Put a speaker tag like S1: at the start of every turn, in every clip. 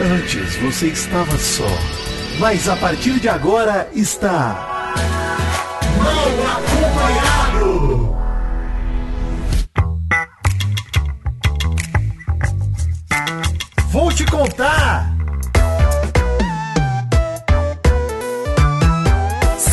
S1: Antes você estava só, mas a partir de agora está. Mal acompanhado! Vou te contar!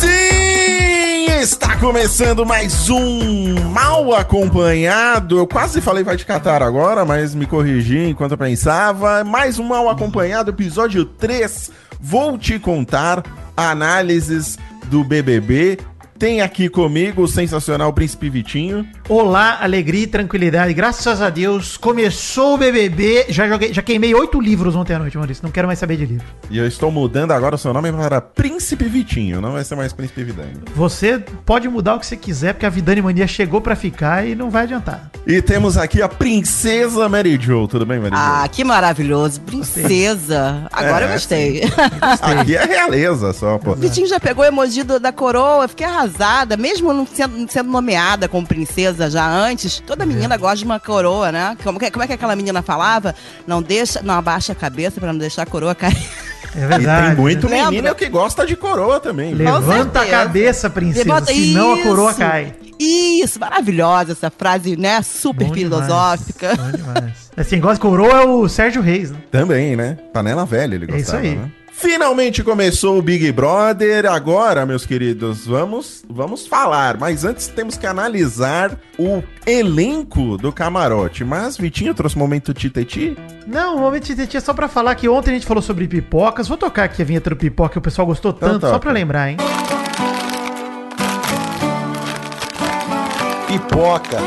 S2: Sim! Está começando mais um Mal Acompanhado. Eu quase falei vai te catar agora, mas me corrigi enquanto eu pensava. Mais um Mal Acompanhado, episódio 3. Vou te contar análises do BBB. Tem aqui comigo o sensacional Príncipe Vitinho.
S3: Olá, alegria e tranquilidade. Graças a Deus, começou o BBB. Já joguei, já queimei oito livros ontem à noite, Maurício. Não quero mais saber de livro.
S2: E eu estou mudando agora o seu nome para Príncipe Vitinho, não vai ser mais Príncipe Vidani.
S3: Você pode mudar o que você quiser, porque a Vidani Mania chegou pra ficar e não vai adiantar.
S2: E temos aqui a Princesa Mary Jo. Tudo bem, Mary Jo?
S4: Ah, que maravilhoso. Princesa. Agora
S2: É,
S4: eu gostei.
S2: Aqui é realeza só, pô.
S4: O Vitinho já pegou o emoji do- da coroa, fiquei arrasada, mesmo não sendo, sendo nomeada como princesa já antes.
S3: É.
S4: Toda menina gosta de uma coroa, né? Como, que- como é que aquela menina falava? Não deixa, não abaixa a cabeça pra não deixar a coroa cair.
S3: É
S2: E tem muito
S4: Lembra?
S2: menino que gosta de coroa também.
S3: né? Levanta a
S4: certeza.
S3: cabeça, princesa,
S4: Levanta-
S3: senão a coroa
S4: Isso.
S3: cai.
S4: Isso, maravilhosa essa frase, né? Super
S3: Bom demais,
S4: filosófica.
S3: Bom demais. Assim, quem gosta de coroa é o Sérgio Reis, né?
S2: Também, né? Panela velha ele
S3: É isso
S2: gostava,
S3: aí.
S2: né? Finalmente começou o Big Brother. Agora, meus queridos, vamos, vamos falar. Mas antes temos que analisar o elenco do camarote. Mas Vitinho trouxe um momento titeti?
S3: Não, o momento de TT é só pra falar que ontem a gente falou sobre pipocas. Vou tocar aqui a vinheta do pipoca que o pessoal gostou
S2: Então
S3: tanto, só
S2: toca.
S3: pra lembrar, hein?
S2: Pipoca.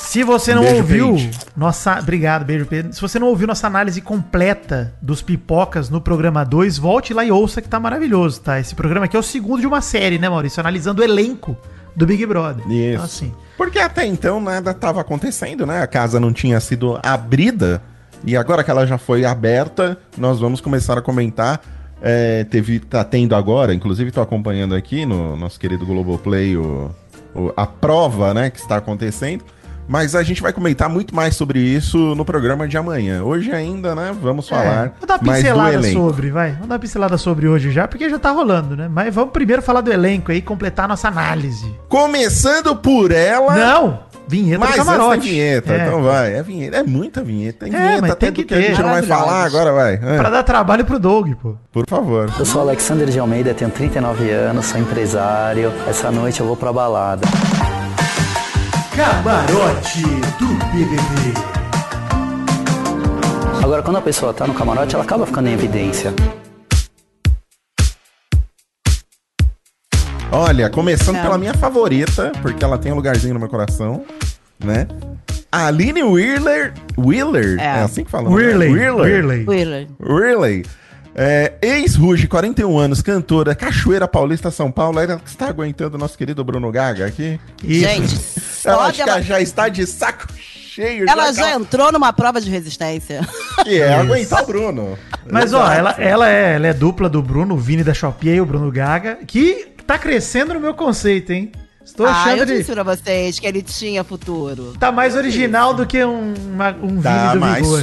S3: Se você não
S2: Beijo,
S3: ouviu
S2: Pedro.
S3: nossa, obrigado, beijo Pedro. Se você não ouviu nossa análise completa dos pipocas no programa 2, volte lá e ouça que tá maravilhoso, tá? Esse programa aqui é o segundo de uma série, né, Maurício? Analisando o elenco do Big Brother.
S2: Isso.
S3: Então, assim,
S2: Porque até então nada estava acontecendo, né? A casa não tinha sido abrida. E agora que ela já foi aberta, nós vamos começar a comentar. É, teve, tá tendo agora, inclusive tô acompanhando aqui no nosso querido Globoplay o, o- a prova, né, que está acontecendo. Mas a gente vai comentar muito mais sobre isso no programa de amanhã. Hoje ainda, né, vamos falar
S3: É, vou dar uma
S2: mais do
S3: pincelada
S2: elenco.
S3: sobre, vai. Vamos dar uma pincelada sobre hoje já, porque já tá rolando, né? Mas vamos primeiro falar do elenco aí, completar a nossa análise.
S2: Começando por ela...
S3: Não! Vinheta
S2: Mas
S3: do
S2: antes
S3: camarote.
S2: tem vinheta,
S3: É,
S2: então vai. É vinheta, é muita vinheta. Tem
S3: É,
S2: vinheta
S3: mas
S2: até
S3: tem
S2: do
S3: que
S2: que a gente
S3: ter.
S2: não vai falar agora, vai. Ah,
S3: Pra dar trabalho pro Doug, pô.
S2: Por favor.
S5: Eu sou Alexander de Almeida, tenho 39 anos, sou empresário. Essa noite eu vou pra balada.
S1: Camarote do BBB.
S5: Agora, quando a pessoa tá no camarote, ela acaba ficando em evidência.
S2: Olha, começando
S4: É.
S2: pela minha favorita, porque ela tem um lugarzinho no meu coração, né? Aline Wheeler. Wheeler? É,
S4: É.
S2: assim que fala. né?
S3: Whirley.
S2: Wheeler.
S3: Whirley.
S4: Willer.
S2: Wheeler. É, Ex-Ruge, 41 anos, cantora, Cachoeira Paulista, São Paulo. Ela que está aguentando o nosso querido Bruno Gaga aqui.
S3: Isso.
S4: Gente,
S2: Ela
S4: só
S2: acho que
S4: dela-
S2: ela já está de saco cheio.
S4: ela já entrou numa prova de resistência.
S2: Que é aguentar o Bruno.
S3: Mas ó, ela, ela, é, ela é dupla do Bruno, o Vini da Shopee e o Bruno Gaga, que tá crescendo no meu conceito, hein? Estou
S4: Ah,
S3: achando
S4: eu
S3: de.
S4: disse pra vocês que ele tinha futuro.
S3: Tá mais original do que um, uma- um
S2: Tá
S3: Vini do
S2: mais
S3: Vigor.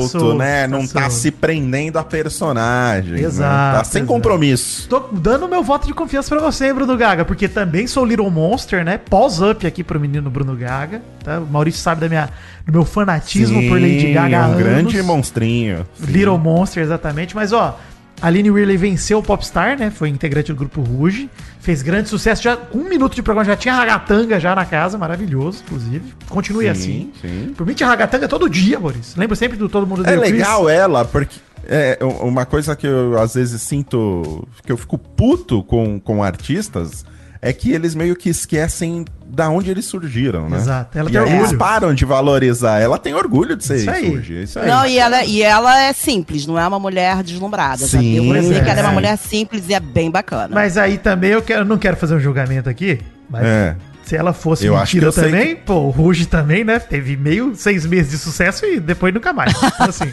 S2: solto,
S3: tá
S2: né? Não tá,
S3: solto.
S2: se prendendo a personagem. né?
S3: Exato,
S2: Tá sem
S3: exato.
S2: compromisso.
S3: Tô dando meu voto de confiança pra você, hein, Bruno Gaga, porque também sou Little Monster, né? Pós-up aqui pro menino Bruno Gaga, tá? O Maurício sabe da minha, do meu fanatismo por Lady Gaga há
S2: um grande
S3: anos.
S2: monstrinho.
S3: Little Monster, exatamente. Mas, ó, a Aline Whirley venceu o Popstar, né? Foi integrante do grupo Ruge. Fez grande sucesso. Já, com um minuto de programa já tinha ragatanga já na casa. Maravilhoso, inclusive. Continue assim.
S2: sim.
S3: Por mim tinha ragatanga todo dia, Boris. Lembro sempre do Todo Mundo
S2: É
S3: Odeia o Chris.
S2: legal ela, porque é u- uma coisa que eu às vezes sinto que eu fico puto com, com artistas é que eles meio que esquecem da onde eles surgiram, né?
S3: Exato. Ela
S2: e
S3: tem
S2: aí
S3: orgulho.
S2: Eles param de valorizar. Ela tem orgulho de ser
S3: Isso aí.
S2: Surge, isso aí.
S4: Não, e ela, e ela é simples, não é uma mulher deslumbrada. já
S2: Sim,
S4: deu pra ver
S3: pois
S4: que ela é
S2: é. né?
S4: uma mulher simples e é bem bacana.
S3: Mas aí também eu, quero, eu não quero fazer um julgamento aqui, mas
S2: É.
S3: Se ela fosse
S2: Eu acho que eu sei
S3: também, pô, o Ruge também, né? Teve meio seis meses de sucesso e depois nunca mais. Então, assim,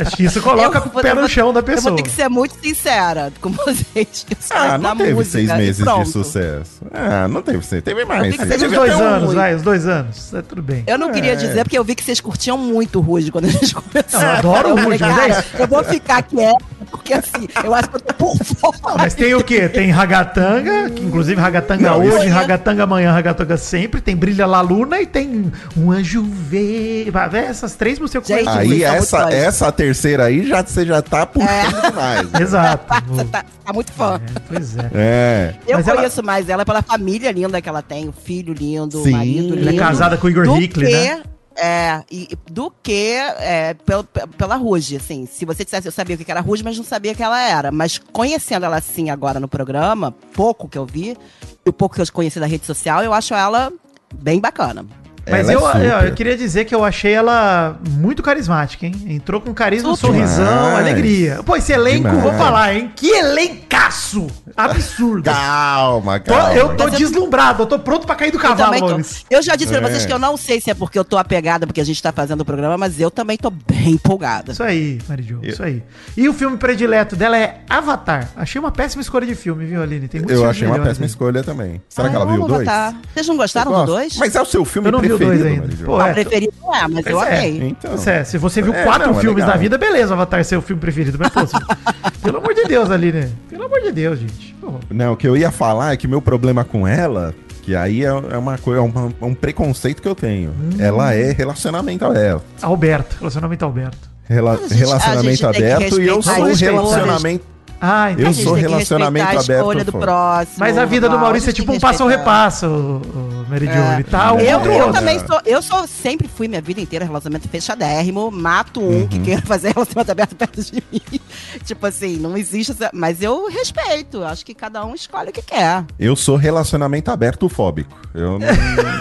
S3: acho que isso coloca
S4: Eu
S3: o
S4: vou-
S3: pé
S4: eu
S3: no
S4: vou-
S3: chão da
S4: Eu
S3: pessoa.
S4: vou ter que ser muito sincera com vocês. que eu sou
S2: Ah,
S4: mais
S2: não
S4: da
S2: teve
S4: música,
S2: seis
S4: e
S2: meses de
S4: pronto.
S2: sucesso. Ah, não teve seis. Teve mais.
S4: Eu vi que
S3: Teve
S2: Teve
S3: uns
S4: seja
S3: dois
S4: tão
S3: anos,
S4: um ruim.
S3: vai, uns dois anos. É tudo bem.
S4: Eu não queria
S2: É.
S4: dizer, porque eu vi que vocês curtiam muito o Ruge quando a gente começou.
S3: Eu adoro o
S4: Eu falei,
S3: Ruge, mas é
S4: cara, eu vou ficar quieta, porque assim, eu acho que eu tô por fora.
S3: Mas tem o quê? Tem ragatanga, que inclusive ragatanga
S2: Não,
S3: hoje,
S4: isso- é
S3: ragatanga amanhã, ragatanga sempre, tem Brilha La Luna e tem Um Anjo Verde. Essas três músicas que eu
S4: Gente,
S3: conheço.
S2: Aí
S4: Muito
S2: essa,
S4: mais.
S2: essa terceira aí já, você já tá puxando
S4: É.
S2: demais.
S3: Exato.
S4: Você tá, tá muito fã.
S3: É, pois é.
S2: É.
S4: Eu
S3: Mas ela-
S4: conheço mais ela pela família linda que ela tem, o filho lindo,
S2: Sim.
S4: o marido
S2: Ela
S4: lindo.
S3: Ela é casada com o Igor
S4: do
S3: Hickley,
S4: que,
S3: né?
S4: É, e, do que é, pel- pe- pela Ruge, assim. Se você dissesse, eu sabia o que que era Ruge, mas não sabia que ela era. Mas conhecendo ela assim agora no programa, pouco que eu vi, e o pouco que eu conheci da rede social, eu acho ela bem bacana.
S3: Mas
S2: Ela é
S3: eu, eu,
S2: super.
S3: eu queria dizer que eu achei ela muito carismática, hein? Entrou com carisma,
S4: Super.
S3: sorrisão,
S2: Demais.
S3: alegria. Pô, esse elenco,
S2: Demais.
S3: vou falar, hein? Que elencaço! Absurdo!
S2: Calma,
S3: Tô-
S2: calma.
S3: eu tô
S4: Mas eu-
S3: deslumbrado, eu tô pronto pra cair do
S4: Eu,
S3: cavalo,
S4: também tô-
S3: Lolis.
S4: eu já disse pra
S2: É.
S4: vocês que eu não sei se é porque eu tô apegada, porque a gente tá fazendo o programa, mas eu também tô bem empolgada.
S3: Isso aí, Mary Jo, isso aí. E o filme predileto dela é Avatar. Achei uma péssima escolha de filme, viu, Aline? Tem
S2: Eu
S3: filmes
S2: achei uma
S3: melhores
S2: péssima
S3: aí.
S2: escolha também. Será
S4: Ah,
S2: que ela
S4: eu
S2: viu
S4: amo
S2: dois?
S4: Avatar. Vocês não
S2: Eu
S4: gostaram do
S2: gosto.
S4: dois?
S2: Mas é o seu filme
S3: Eu não vi o
S2: preferido,
S3: dois ainda.
S2: Maria Jo.
S3: Pô,
S4: não,
S3: é,
S4: preferido não é, mas eu
S3: Pois é.
S4: amei.
S2: Então.
S3: Pois é, se você viu
S2: É,
S3: quatro
S2: não, é
S3: filmes
S2: legal.
S3: da vida, beleza, Avatar é seu filme preferido. Mas, pô, se- pelo amor de Deus, Aline. Pelo amor de Deus, gente. Pô,
S2: Não, o que eu ia falar é que meu problema com ela, que aí é é uma coisa, é um, é um preconceito que eu tenho.
S3: Hum.
S2: Ela é relacionamento aberto.
S3: Alberto, relacionamento Alberto.
S2: Rela-
S4: Mas a gente- a gente
S2: relacionamento
S4: tem que
S2: aberto e eu
S4: respeitar
S2: sou
S3: isso.
S2: relacionamento.
S3: Ah,
S2: Eu
S4: A
S3: entendi.
S4: gente
S2: sou
S4: tem que
S2: relacionamento
S4: respeitar a escolha
S2: aberto,
S4: do
S2: pô.
S4: próximo.
S3: Mas a vida do
S4: normal,
S3: Maurício é
S4: a gente
S3: tipo
S4: tem
S3: um
S4: que
S3: passo ao
S4: respeitar.
S3: repasso, o- o Mary Jo.
S4: É.
S3: Ele tá um
S4: Eu,
S3: contra o
S4: eu
S3: outro.
S4: também sou, eu sou, sempre fui minha vida inteira relacionamento fechadérrimo, mato um
S3: Uhum.
S4: que queira fazer relacionamento aberto perto de mim. tipo assim, não existe, essa- mas eu respeito, acho que cada um escolhe o que quer.
S2: Eu sou relacionamento aberto fóbico. Eu não,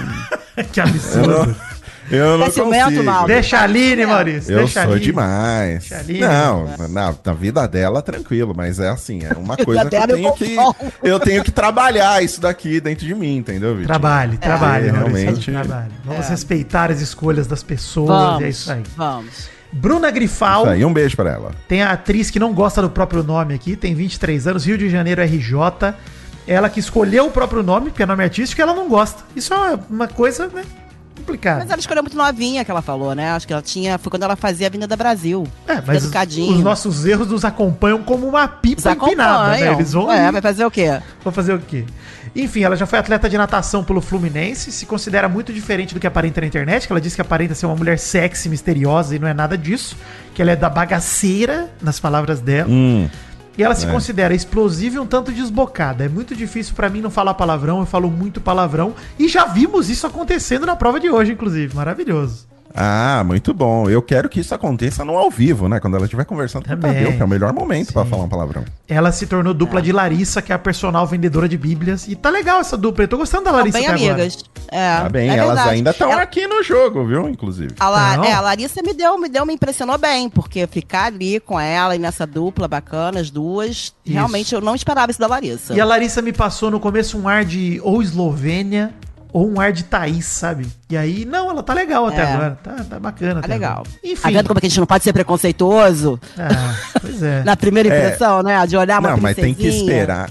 S3: que
S2: eu não,
S3: absurdo.
S2: eu não
S4: É ciumento,
S2: consigo.
S4: Mauro?
S3: Deixa a Aline, Maurício.
S2: Eu
S3: deixa a
S2: sou
S3: Aline.
S2: demais.
S3: Deixa ali, né?
S2: não, na, na vida dela, tranquilo, mas é assim, é uma
S4: vida
S2: coisa que eu
S4: dela eu
S2: tenho que,
S4: concordo.
S2: eu tenho que trabalhar isso daqui dentro de mim, entendeu, Vitinho?
S3: Trabalhe, trabalhe,
S2: É,
S3: Maurício.
S2: realmente.
S3: Trabalhe. Vamos respeitar as escolhas das pessoas, e é isso aí.
S4: Vamos.
S3: Bruna Grifal
S2: Isso aí, um beijo pra ela.
S3: tem a atriz que não gosta do próprio nome aqui, tem 23 anos, Rio de Janeiro RJ. Ela que escolheu o próprio nome, porque é nome artístico, e ela não gosta. Isso é uma coisa, né? Complicada.
S4: Mas ela escolheu muito novinha que ela falou, né? Acho que ela tinha, foi quando ela fazia a Avenida Brasil.
S3: É, mas os,
S4: educadinho.
S3: os nossos erros nos acompanham como uma
S4: Os
S3: pipa empinada, né?
S4: acompanham.
S3: Eles vão,
S4: É,
S3: ali,
S4: vai fazer o quê?
S3: vão fazer o quê? Enfim, ela já foi atleta de natação pelo Fluminense, se considera muito diferente do que aparenta na internet, que ela diz que aparenta ser uma mulher sexy, misteriosa, e não é nada disso, que ela é da bagaceira, nas palavras dela.
S2: Hum,
S3: E ela se considera explosiva e um tanto desbocada. É muito difícil pra mim não falar palavrão, eu falo muito palavrão. E já vimos isso acontecendo na prova de hoje, inclusive. Maravilhoso.
S2: Ah, muito bom. Eu quero que isso aconteça no ao vivo, né? Quando ela estiver conversando com o
S3: Também.
S2: Tadeu, que é o melhor momento pra falar um palavrão.
S3: Ela se tornou dupla de Larissa, que é a personal vendedora de bíblias. E tá legal essa dupla. Eu tô gostando da Larissa
S4: Tá bem
S3: até agora.
S4: amigas. É,
S2: tá bem,
S4: é
S2: elas
S4: verdade.
S2: ainda estão
S4: Ela-
S2: aqui no jogo, viu? Inclusive.
S4: A,
S3: Não.
S4: La, é, a Larissa me deu, me deu, me impressionou bem, porque ficar ali com ela e nessa dupla bacana, as duas, realmente eu não esperava isso da Larissa.
S3: E a Larissa me passou no começo um ar de ou Eslovênia ou um ar de Thaís, sabe? E aí, não, ela tá legal até
S4: É.
S3: agora. Tá, tá bacana.
S4: Tá
S3: até
S4: legal.
S3: agora.
S4: Tá
S3: Enfim.
S4: vendo como é que a gente não pode ser preconceituoso?
S3: Ah, pois é.
S4: Na primeira
S2: É.
S4: impressão, né? De olhar uma
S2: não, mas tem que
S4: princesinha.
S2: esperar.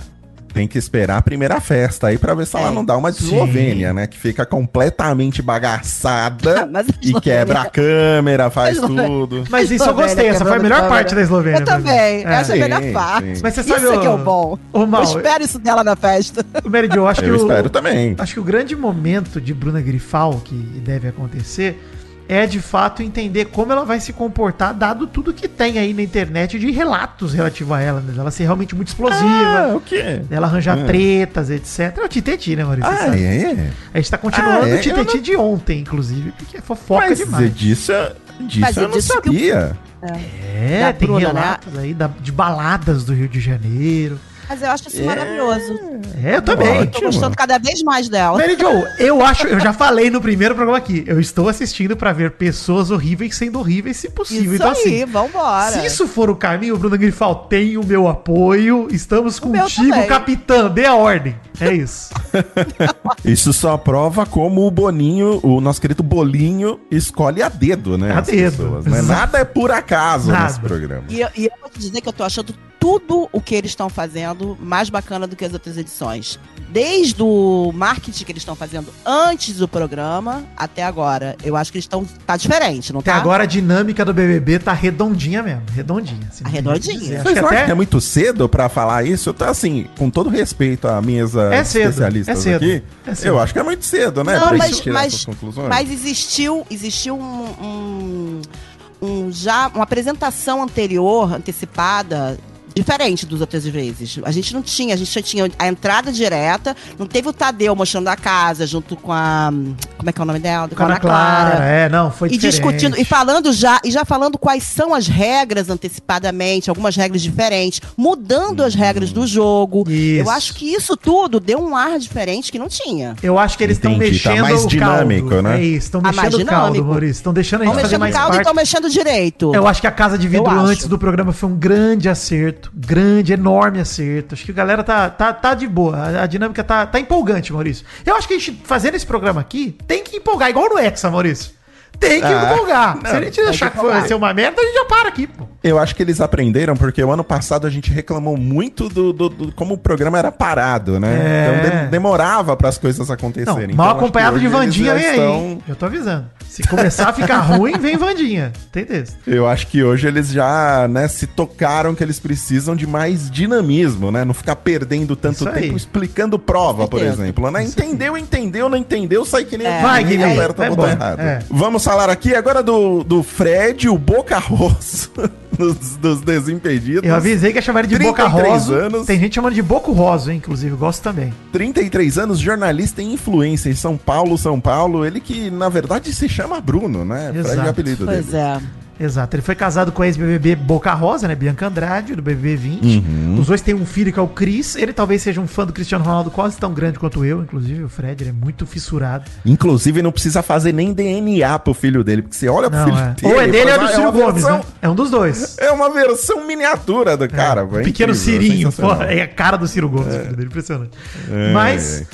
S2: Tem que esperar a primeira festa aí pra ver se ela
S4: É.
S2: não dá uma de
S3: Sim.
S2: Eslovênia, né? Que fica completamente bagaçada
S4: Mas a
S2: e
S4: Eslovênia-
S2: quebra a câmera, faz
S4: Eslovênia-
S2: tudo.
S3: Mas isso eu
S4: Eslovênia
S3: gostei. Essa foi a
S4: quebrando
S3: melhor
S4: câmera.
S3: parte da Eslovênia.
S4: Eu
S3: pra mim. É.
S4: também, essa é a melhor
S2: Sim,
S4: parte.
S2: sim.
S3: Mas você sabe
S4: Isso é
S3: o-
S4: que é o bom.
S3: o mal-
S4: eu espero isso dela na festa.
S3: O Mary Jo, acho que
S2: Eu
S3: o-
S2: espero também.
S3: Acho que o grande momento de Bruna Grifal, que deve acontecer, é de fato entender como ela vai se comportar, dado tudo que tem aí na internet de relatos relativo a ela, né? Ela ser realmente muito explosiva,
S2: o quê?
S3: ela arranjar
S2: Ah.
S3: tretas, etc. É o Titeti, né, Maurício? Você
S2: Ah,
S3: sabe?
S2: é?
S3: A gente tá continuando
S2: Ah, é?
S3: o Titeti
S2: Eu não-
S3: de ontem, inclusive, porque é fofoca
S2: Mas
S3: demais.
S2: disso, disso
S4: Mas
S2: eu não
S4: disso que eu-
S2: sabia.
S3: É,
S4: Da
S3: tem
S4: Bruna, né?
S3: relatos aí da- de baladas do Rio de Janeiro.
S4: Mas eu acho isso maravilhoso.
S3: É, eu também.
S4: Tô
S2: Ótimo.
S4: gostando cada vez mais dela.
S3: Mary Jo, eu acho, eu já falei no primeiro programa aqui, eu estou assistindo pra ver pessoas horríveis sendo horríveis, se possível.
S4: Isso
S3: então,
S4: aí,
S3: assim,
S4: vambora.
S3: se isso for o caminho, Bruna Grifal tem o meu apoio, estamos
S4: meu
S3: contigo,
S4: também.
S3: capitã, dê a ordem. É isso.
S2: Isso só prova como o Boninho, o nosso querido Bolinho, escolhe a dedo, né?
S3: A
S2: as
S3: dedo.
S2: né?
S3: Exato.
S2: Nada é por acaso
S3: Nada.
S2: nesse programa.
S4: E eu, e eu vou te dizer que eu tô achando tudo o que eles estão fazendo mais bacana do que as outras edições. Desde o marketing que eles estão fazendo antes do programa até agora. Eu acho que eles estão. Tá diferente, não
S3: Até
S4: tá?
S3: agora a dinâmica do BBB tá redondinha mesmo, redondinha. assim, não tem o que
S4: Arredondinha.
S3: dizer. Acho
S2: Vocês
S3: que
S2: não acham que é
S3: até...
S2: muito cedo pra falar isso? Eu tô assim, com todo respeito à mesa
S3: É cedo,
S2: especialista
S3: é cedo,
S2: aqui,
S3: é cedo.
S2: eu acho que é muito cedo, né?
S4: Não,
S2: pra
S4: mas-
S2: gente tirar
S4: mas-
S2: essas conclusões.
S4: Mas existiu, existiu um, um- um já uma apresentação anterior, antecipada, diferente dos outras vezes. A gente não tinha, a gente só tinha a entrada direta, não teve o Tadeu mostrando a casa junto com a como é que é o nome dela,
S3: Com a Ana Clara, é, não, foi
S4: e discutindo e falando já e já falando quais são as regras antecipadamente, algumas regras diferentes, mudando as regras do jogo.
S3: Hum. Isso.
S4: Eu acho que isso tudo deu um ar diferente que não tinha.
S3: Eu acho que eles estão
S2: Entendi, tá
S3: mexendo
S2: mais
S3: o
S2: dinâmico,
S3: caldo.
S2: né?
S3: É isso, estão
S4: Tá mais
S3: mexendo o caldo,
S4: dinâmico.
S3: Maurício. Estão deixando a gente
S4: Estão
S3: fazer
S4: mexendo
S3: mais
S4: caldo e
S3: parte.
S4: estão mexendo direito.
S3: Eu acho que a casa de vidro
S4: Eu acho.
S3: antes do programa foi um grande acerto. Grande, enorme acerto. Acho que a galera tá, tá, tá de boa. A, a dinâmica tá, tá empolgante, Maurício. Eu acho que a gente, fazendo esse programa aqui, tem que empolgar, igual no Hexa, Maurício. Tem que
S2: Ah,
S3: empolgar. Se a gente
S2: tem
S3: achar
S2: que
S3: que vai
S2: empolgar.
S3: ser uma merda, a gente já para aqui, pô.
S2: Eu acho que eles aprenderam, porque o ano passado a gente reclamou muito do, do- do- como o programa era parado, né?
S3: É.
S2: Então de- demorava para as coisas
S3: Não,
S2: acontecerem.
S3: mal
S2: Então, acho que
S3: acompanhado de
S2: hoje eles
S3: Vandinha
S2: já
S3: vem aí.
S2: estão-
S3: hein? Já tô avisando. Se começar a ficar ruim, vem Vandinha. Tem texto.
S2: Eu acho que hoje eles já, né, se tocaram que eles precisam de mais dinamismo, né? Não ficar perdendo tanto
S3: Isso aí.
S2: tempo explicando prova,
S4: Com
S2: por
S4: certeza.
S2: exemplo. Né? Entendeu, entendeu, não entendeu, sai que nem
S4: É,
S3: Vai,
S2: que
S3: Guilherme,
S2: aperta
S3: vai
S2: o botão
S3: embora.
S2: errado.
S3: É.
S2: tá Vamos falar aqui agora do, do Fred, o Boca Rosso dos, dos Desimpedidos.
S3: Eu avisei que ia chamar ele de Boca
S2: 33
S3: Rosa.
S2: anos.
S3: Tem gente chamando de Boco Rosa, hein, inclusive. eu Gosto também.
S2: 33 anos, jornalista e influencer em São Paulo, São Paulo. Ele que, na verdade, se chama Bruno, né? Fred é o
S3: Exato.
S2: apelido
S4: Pois
S2: dele.
S4: é.
S3: Exato. Ele foi casado com a ex-BBB Boca Rosa, né? Bianca Andrade, do BBB 20.
S2: Uhum.
S3: Os dois têm um filho que é o Cris. Ele talvez seja um fã do Cristiano Ronaldo quase tão grande quanto eu, inclusive. O Fred, ele é muito fissurado.
S2: Inclusive, não precisa fazer nem DNA pro filho dele, porque você olha pro
S3: Não,
S2: filho
S3: é.
S2: dele.
S3: Ou é
S2: e
S3: dele ou é
S2: fala,
S3: do
S2: "Ah,
S3: Ciro
S2: uma
S3: Gomes,
S2: versão-
S3: né? É um dos dois.
S2: É uma versão miniatura do cara,
S3: Um
S2: velho.
S3: pequeno
S2: É incrível,
S3: Cirinho. Pô,
S2: sensacional.
S3: é a cara do Ciro Gomes, filho dele, impressionante.
S2: É,
S3: Mas
S2: é.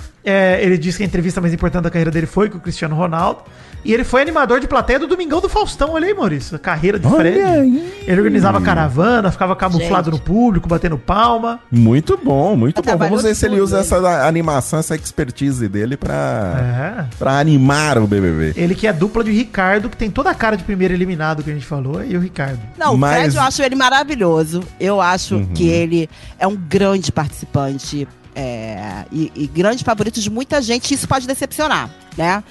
S3: é, ele disse que a entrevista mais importante da carreira dele foi com o Cristiano Ronaldo. E ele foi animador de plateia do Domingão do Faustão. Olha aí, Maurício. A carreira de
S2: Olha
S3: Fred.
S2: aí.
S3: Ele organizava caravana, ficava camuflado no público, batendo palma.
S2: Muito bom, muito
S4: Ele
S2: bom.
S4: trabalhou
S2: Vamos ver se ele
S4: tudo,
S2: usa
S4: né?
S2: essa animação, essa expertise dele pra,
S3: É.
S2: pra animar o BBB.
S3: Ele que é a dupla de Ricardo, que tem toda a cara de primeiro eliminado que a gente falou, e o Ricardo.
S4: Não,
S2: Mas- Uhum.
S4: o Fred, eu acho ele maravilhoso. Eu acho que ele é um grande participante é, e, e grande favorito de muita gente. Isso pode decepcionar, né?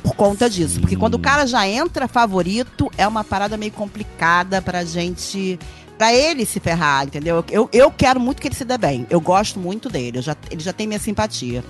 S4: Por conta disso. Porque quando o cara já entra favorito, é uma parada meio complicada pra gente. Pra ele se ferrar, entendeu? Eu, eu quero muito que ele se dê bem. Eu gosto muito dele. Eu já, ele já tem minha simpatia.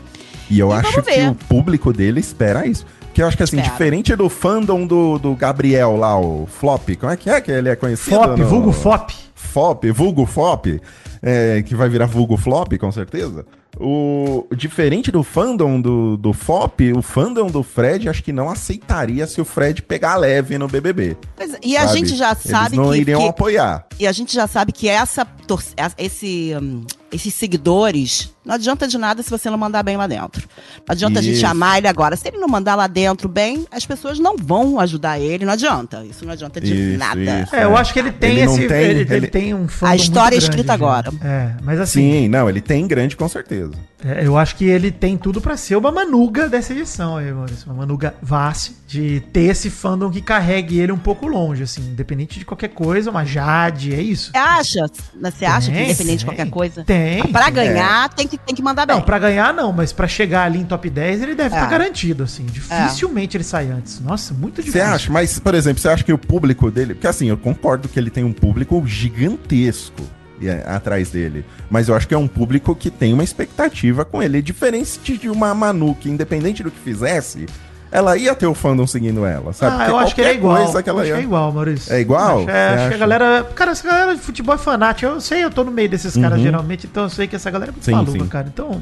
S2: E eu
S4: E
S2: acho
S4: vamos
S2: que
S4: ver.
S2: o público dele espera isso. Porque eu acho que, assim,
S4: Espera.
S2: diferente do fandom do, do Gabriel lá, o Flop, como é que é que ele é conhecido?
S3: Fop,
S2: no-
S3: vulgo Fop.
S2: Fop, vulgo Fop, é, que vai virar vulgo Flop, com certeza. O diferente do fandom do, do Fop, o fandom do Fred acho que não aceitaria se o Fred pegar leve no BBB.
S4: Pois é, e a
S2: sabe?
S4: gente já
S2: Eles
S4: sabe
S2: não
S4: que-
S2: iriam
S4: que
S2: apoiar.
S4: E a gente já sabe que essa tor- essa- esse, hum, esses seguidores, não adianta de nada se você não mandar bem lá dentro. Não adianta a gente
S2: Isso.
S4: amar ele agora. Se ele não mandar lá dentro bem, as pessoas não vão ajudar ele, não adianta. Isso não adianta de
S2: Isso,
S4: nada.
S2: isso.
S3: É, eu acho que ele tem
S2: Ele não
S3: esse.
S2: tem,
S3: ele,
S2: ele-
S3: ele tem um fã.
S4: A história é escrita agora.
S3: É, mas assim,
S2: Sim, não, ele tem grande com certeza.
S3: é, eu acho que ele tem tudo pra ser uma manuga dessa edição aí, Maurício. Uma manuga Vassi, de ter esse fandom que carregue ele um pouco longe, assim, independente de qualquer coisa, uma Jade, é isso.
S4: Você acha? né, Você acha que
S3: Tem,
S4: independente de
S3: tem,
S4: qualquer coisa?
S3: Tem.
S4: Ah,
S2: É.
S4: Pra ganhar, tem, que, tem que mandar
S3: Não,
S4: bem.
S3: pra ganhar não, mas pra chegar ali em top 10 ele deve
S4: É.
S3: estar garantido, assim. Dificilmente ele sai antes. Nossa, muito
S2: Você
S3: difícil.
S2: acha, mas, por exemplo, você acha que o público dele. Porque assim, eu concordo que ele tem um público gigantesco é, atrás dele. Mas eu acho que é um público que tem uma expectativa com ele. É diferente de uma Manu, que independente do que fizesse, ela ia ter o fandom seguindo ela, sabe?
S3: Ah,
S2: Porque
S3: eu acho que
S2: qualquer
S3: é igual.
S2: coisa que ela
S3: acho
S2: ia-
S3: que é igual, Maurício.
S2: É igual?
S3: Acho, é,
S2: Você
S3: acho que
S2: acha?
S3: a galera. Cara, essa galera de futebol é fanática. Eu sei, eu tô no meio desses caras geralmente, então eu sei que essa galera é muito
S2: Uhum. Sim,
S3: maluca,
S2: sim.
S3: cara. Então,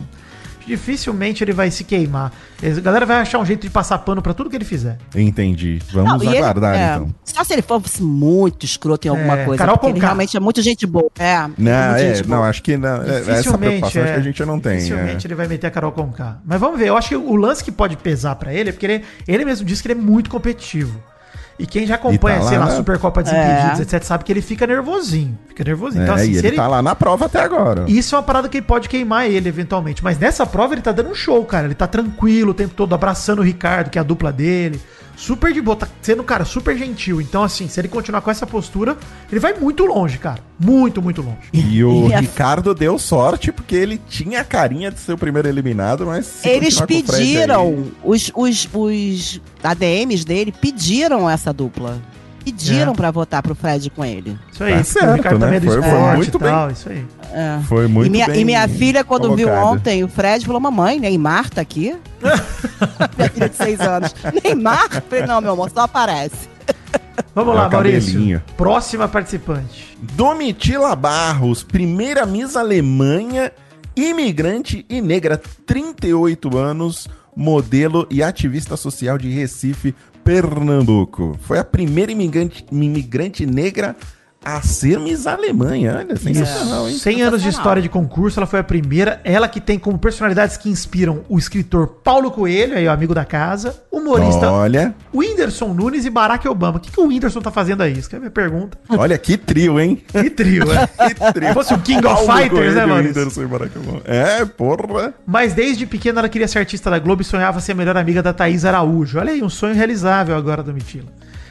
S3: dificilmente ele vai se queimar. Essa galera vai achar um jeito de passar pano pra tudo que ele fizer.
S2: Entendi.
S4: Não,
S2: Vamos
S4: e ele-
S2: aguardar,
S4: é,
S2: então.
S4: Só se ele fosse muito escroto em alguma
S3: É,
S4: coisa.
S3: Carol
S4: porque ele
S3: Conká.
S4: realmente é muito gente boa. É,
S2: Não,
S4: muito
S2: é,
S4: gente
S2: não,
S4: boa.
S2: acho que não, é, essa preocupação acho que a gente não tem. É.
S3: Dificilmente ele vai meter a Carol Conká. Mas vamos ver, eu acho que o lance que pode pesar pra ele é porque ele, ele mesmo disse que ele é muito competitivo. E quem já acompanha,
S2: E tá lá
S3: sei lá,
S2: na-
S3: Supercopa Desimpedidos, etc, sabe que ele fica nervosinho. Fica nervosinho. então,
S2: É,
S3: assim,
S2: e
S3: se
S2: ele,
S3: ele.
S2: tá lá na prova até agora.
S3: Isso é uma parada que pode queimar ele eventualmente. Mas nessa prova ele tá dando um show, cara. Ele tá tranquilo o tempo todo, abraçando o Ricardo, que é a dupla dele. Super de boa, tá sendo, cara, super gentil. Então, assim, se ele continuar com essa postura, ele vai muito longe, cara. Muito, muito longe.
S2: E o
S4: E a-
S2: Ricardo deu sorte porque ele tinha a carinha de ser o primeiro eliminado, mas se
S4: Eles
S2: continuar com o Fred aí-
S4: pediram, os, os, os ADMs dele pediram essa dupla. Pediram
S3: É.
S4: pra votar pro Fred com ele.
S3: Isso aí.
S2: Tá
S3: porque
S2: certo, né?
S3: também é do
S2: Foi- foi
S3: esporte
S2: muito
S3: e tal, isso aí.
S4: É.
S2: Foi muito
S4: e, minha,
S2: bem
S4: e minha filha, quando viu
S2: colocado.
S4: ontem o Fred, falou: Mamãe, Neymar tá aqui? minha filha de seis anos. Neymar? Falei, não, meu amor, só aparece.
S3: Vamos
S2: É
S3: lá,
S2: o
S3: Maurício.
S2: cabelinho.
S3: Próxima participante.
S2: Domitila Barros, primeira Miss Alemanha, imigrante e negra, 38 anos, modelo e ativista social de Recife, Pernambuco. Foi a primeira imigrante, imigrante negra a ser Miss Alemanha. Olha,
S3: é
S2: sensacional, hein?
S3: 100 anos de história de concurso, ela foi a primeira. Ela que tem como personalidades que inspiram o escritor Paulo Coelho, aí o amigo da casa, humorista
S2: Olha,
S3: Whindersson Nunes e Barack Obama. O que, que o Whindersson tá fazendo aí? Isso que é a minha pergunta.
S2: olha que trio, hein?
S3: Que trio, é.
S2: Que
S3: Se
S2: trio.
S3: fosse o King of
S2: Paulo
S3: Fighters, né,
S2: Coelho,
S3: mano?
S2: Whindersson e Barack Obama. É, porra.
S3: Mas desde pequena ela queria ser artista da Globo e sonhava ser a melhor amiga da Thaís Araújo. Olha aí, um sonho realizável agora do Mitila.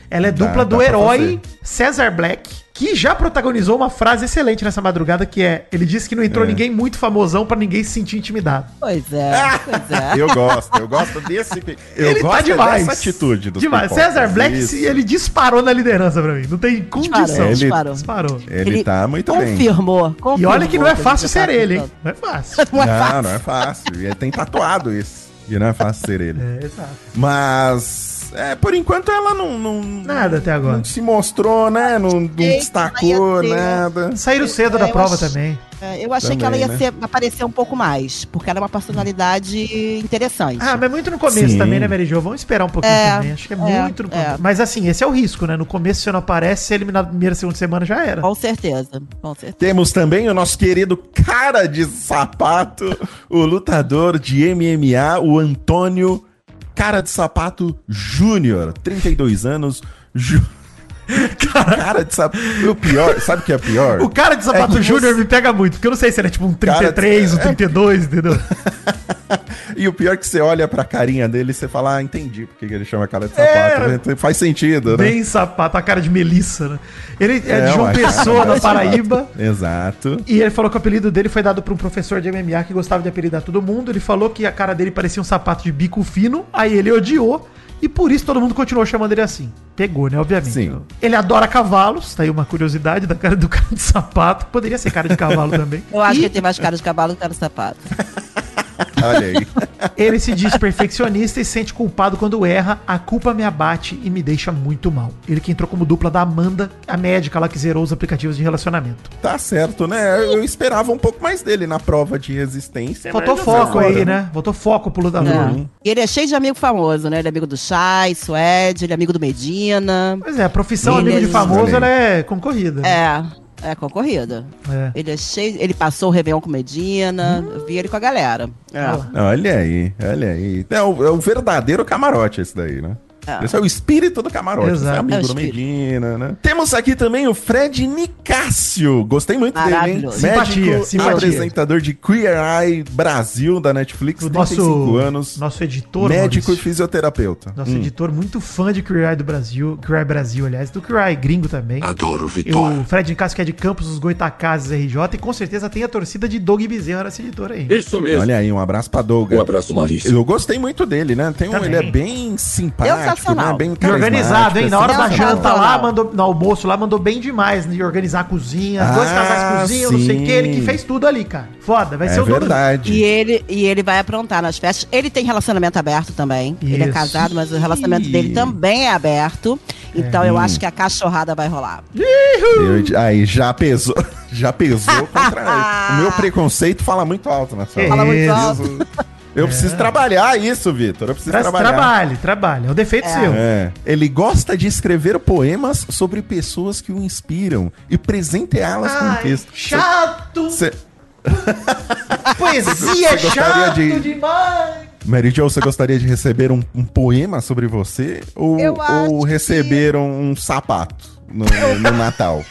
S3: Ela é
S2: Dá-
S3: dupla do
S2: dá pra
S3: herói Cesar Black, que já protagonizou uma frase excelente nessa madrugada, que é ele disse que não entrou ninguém muito famosão pra ninguém se sentir intimidado.
S4: Pois é, pois é.
S2: Eu gosto, eu gosto desse. Eu
S3: ele
S2: gosto
S3: tá demais.
S2: dessa atitude do
S3: Demais. Cesar Black,
S2: Isso.
S3: ele disparou na liderança pra mim. Não tem condição.
S4: Disparou,
S2: Ele-
S4: disparou.
S3: Disparou.
S2: Ele, tá muito bem.
S4: confirmou, confirmou.
S3: E olha que não é fácil ser
S4: tá
S3: ele, hein?
S4: tentando.
S3: Não é fácil.
S4: Não é
S2: não,
S4: fácil.
S2: não é fácil. E ele tem tatuado isso. E não é fácil ser ele.
S3: É, exato.
S2: Mas, é, por enquanto ela não. não
S3: Nada até agora.
S2: Não se mostrou, né? Não, não
S4: Sei,
S2: destacou
S4: não ia ter.
S2: nada.
S3: Saíram cedo
S4: É,
S3: da
S4: eu
S3: prova
S4: acho-
S3: também.
S4: É, Eu achei
S2: Também,
S4: que ela ia
S2: né?
S4: ser- aparecer um pouco mais, porque ela é uma personalidade interessante.
S3: Ah, mas muito no começo
S2: Sim.
S3: também, né, Mary Jo? Vamos esperar um pouquinho
S4: É,
S3: também. Acho que é,
S4: é,
S3: muito no
S4: é.
S3: começo. Mas assim, esse é o risco, né? No começo, se você não aparece, se é eliminado na primeira, segunda semana, já era.
S4: Com certeza, com certeza.
S2: Temos também o nosso querido cara de sapato, o lutador de MMA, o Antônio Cara de Sapato Júnior, 32 anos. Ju... Cara de sapato. O pior, sabe o que é pior?
S3: O cara de sapato
S2: É que
S3: júnior
S2: você-
S3: me pega muito, porque eu não sei se ele é tipo um
S2: Cara de- é. Né?
S3: 33, um 32, entendeu?
S2: E o pior é que você olha pra carinha dele e você fala, ah, entendi porque que ele chama cara de
S3: É.
S2: sapato. né? Faz sentido, né?
S3: Bem sapato, a cara de Melissa, né? Ele é, de João
S2: uma
S3: Pessoa,
S2: cara
S3: na
S2: de sapato.
S3: Paraíba.
S2: Exato.
S3: E ele falou que o apelido dele foi dado por um professor de MMA que gostava de apelidar todo mundo. Ele falou que a cara dele parecia um sapato de bico fino, aí ele odiou e por isso todo mundo continuou chamando ele assim. Pegou, né? Obviamente.
S2: Sim.
S3: Ele adora cavalos, tá aí uma curiosidade da cara do cara de sapato. Poderia ser cara de cavalo também.
S4: Eu acho
S3: E
S4: que ele tem mais cara de cavalo que cara de sapato.
S2: Olha aí.
S3: ele se diz perfeccionista e se sente culpado quando erra. A culpa me abate e me deixa muito mal. Ele que entrou como dupla da Amanda, a médica lá que zerou os aplicativos de relacionamento.
S2: Tá certo, né? Eu eu esperava um pouco mais dele na prova de resistência.
S3: Faltou
S2: mas não
S3: foco
S2: foi.
S3: aí, né? Faltou foco pro lutador.
S4: É. E ele é cheio de amigo famoso, né? Ele é amigo do Chay, Suede, ele é amigo do Medina.
S3: Pois é, a profissão amigo de
S4: Beleza.
S3: famoso ela é concorrida. né?
S4: É, é concorrida.
S3: É.
S4: Ele é cheio. Ele passou o Réveillon com Medina. Eu vi ele com a galera. É.
S3: Ah lá.
S2: Olha aí, olha aí. É o, é o verdadeiro camarote esse daí, né?
S4: É.
S2: Esse é o espírito do camarote.
S3: Exato.
S2: Esse é
S4: É o
S2: amigo do
S4: espírito.
S2: Medina, né? Temos aqui também o Fred Nicásio. Gostei muito dele, hein?
S4: Maravilhoso.
S3: Simpatia,
S2: Médico,
S3: simpatia.
S2: apresentador de Queer Eye Brasil da Netflix,
S3: O
S2: 35
S3: nosso,
S2: anos.
S3: nosso editor,
S2: médico e Hum.
S3: Maurício,
S2: fisioterapeuta.
S3: nosso editor muito fã de Cry do Brasil, Cry Brasil, aliás, do Cry gringo também.
S1: Adoro
S3: E o Fred Nicasso, que é de Campos, os Goitacazes RJ, e com certeza tem a torcida de Doug Bezerra nessa editora aí.
S6: Isso mesmo.
S2: Olha aí, um abraço pra
S6: Um
S2: Douglas.
S6: abraço, Maurício.
S2: Eu gostei muito dele, né? Tem um,
S3: Também.
S2: ele é bem simpático. simpático, né?
S4: sensacional.
S2: Bem assim. É
S3: E organizado, hein? Na hora da
S2: sensacional.
S3: janta lá,
S4: Sensacional.
S3: mandou, no almoço lá, mandou bem demais né? de organizar a cozinha,
S2: Ah,
S3: dois casais cozinham, não sei o
S2: sim.
S3: que, ele que fez tudo ali, cara. Foda, vai
S2: É
S3: ser o dono.
S2: verdade.
S4: E ele, e ele vai aprontar nas festas. Ele tem relacionamento aberto também. Ele é
S3: Isso.
S4: casado, mas o relacionamento
S2: Ih.
S4: dele também é aberto. Então eu acho que a cachorrada vai rolar.
S2: Eu- aí já pesou, já pesou contra O meu preconceito fala muito alto nessa
S3: Que
S2: hora.
S4: Fala muito
S3: isso.
S4: alto.
S2: Eu
S3: É.
S2: preciso trabalhar isso, Vitor. Eu preciso
S3: Tra-
S2: trabalhar.
S3: Trabalhe, trabalhe. É o defeito seu.
S2: É. Ele gosta de escrever poemas sobre pessoas que o inspiram e presenteá-las com
S3: Ai,
S2: texto.
S3: chato!
S2: Cê-
S3: Poesia é
S2: Você gostaria
S3: chato
S2: de-
S3: demais!
S2: Mary Jo, você gostaria de receber um, um poema sobre você ou,
S4: Eu acho
S2: ou receber um, um sapato no, no Natal?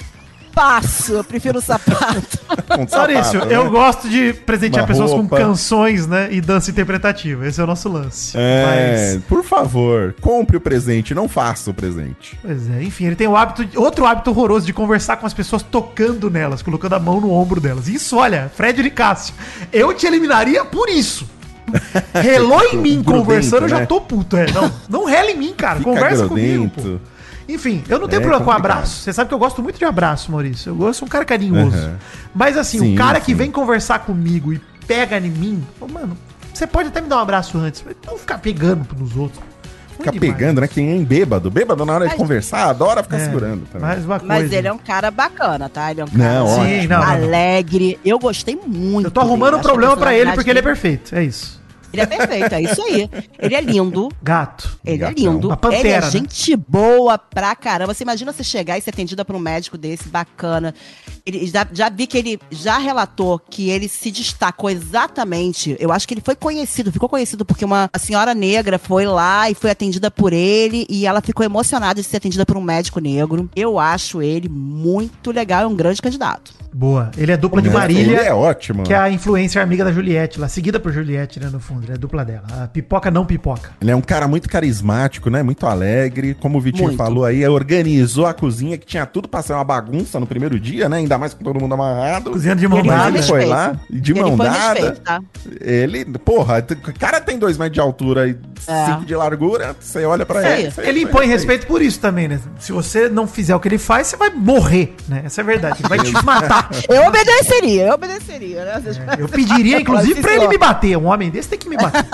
S4: Passo, eu prefiro o sapato.
S2: Um
S3: Maurício,
S2: sapato, né?
S3: eu gosto de presentear
S2: Uma
S3: pessoas
S2: roupa.
S3: com canções, né? E dança interpretativa. Esse é o nosso lance.
S2: É,
S3: Mas-
S2: por favor, compre o presente, não faça o presente.
S3: Pois é, enfim, ele tem o hábito, de- outro hábito horroroso de conversar com as pessoas tocando nelas, colocando a mão no ombro delas. Isso, olha, Fred de Cássio, eu te eliminaria por isso. Relou em mim
S2: Grudento,
S3: conversando, eu já
S2: né?
S3: tô puto. É, não, não rela em mim, cara.
S2: Fica
S3: Conversa comigo, pô.
S2: grudento.
S3: Enfim, eu não
S2: É
S3: tenho problema com
S2: complicado.
S3: abraço. Você sabe que eu gosto muito de abraço, Maurício. Eu gosto, sou um cara carinhoso.
S2: Aham.
S3: Mas assim,
S2: Sim,
S3: o cara que
S2: sim.
S3: vem conversar comigo e pega em mim, pô, mano, você pode até me dar um abraço antes, mas não ficar pegando nos outros.
S2: Fica pegando, né? Quem é bêbado. Bêbado na hora de conversar, adora ficar segurando também.
S3: É, Mais uma coisa.
S4: Mas ele é um cara bacana, tá? Ele é um cara
S2: Não,
S3: Sim,
S2: ótimo.
S3: não, não, não.
S4: alegre. Eu gostei muito.
S3: Eu tô arrumando um
S4: dele. Acho que a
S3: problema pra ele
S4: personalidade
S3: porque ele é
S4: dele-
S3: perfeito. É isso.
S4: Ele é perfeito, é isso aí. Ele é lindo.
S3: Gato.
S4: Ele é
S2: Gatão.
S4: lindo.
S3: Uma pantera,
S4: ele é
S3: né?
S4: gente boa pra caramba. Você imagina você chegar e ser atendida por um médico desse, bacana. Ele já, já vi que ele já relatou que ele se destacou exatamente. Eu acho que ele foi conhecido, ficou conhecido porque uma a senhora negra foi lá e foi atendida por ele e ela ficou emocionada de ser atendida por um médico negro. Eu acho ele muito legal, é um grande candidato.
S3: Boa. Ele é dupla de
S2: Ele é- Ele
S3: Marília,
S2: é ótimo.
S3: que é a influencer amiga da Juliette, lá seguida por Juliette, né, no fundo. É a dupla dela. A pipoca não pipoca.
S2: Ele é um cara muito carismático, né? Muito alegre. Como o Vitinho
S4: Muito.
S2: falou aí, organizou a cozinha que tinha tudo pra ser uma bagunça no primeiro dia, né? Ainda mais com todo mundo amarrado.
S3: Cozinhando de
S2: Ele
S3: mão
S4: Ele
S3: dada.
S2: foi,
S4: foi respeito.
S2: lá, de
S4: ele
S2: mão
S4: foi
S2: dada.
S4: respeito, tá?
S2: Ele, porra, t- o cara tem dois metros de altura e
S4: É.
S2: cinco de largura. Você olha pra
S4: Isso aí.
S2: ele. você-
S3: Ele
S2: você-
S3: impõe
S2: você-
S3: respeito por isso também, né? Se você não fizer o que ele faz, você vai morrer, né? Essa é a verdade. Ele vai te matar.
S4: Eu obedeceria, eu obedeceria, né?
S3: É, Eu pediria, inclusive, pra ele me bater. Um homem desse tem que me bater.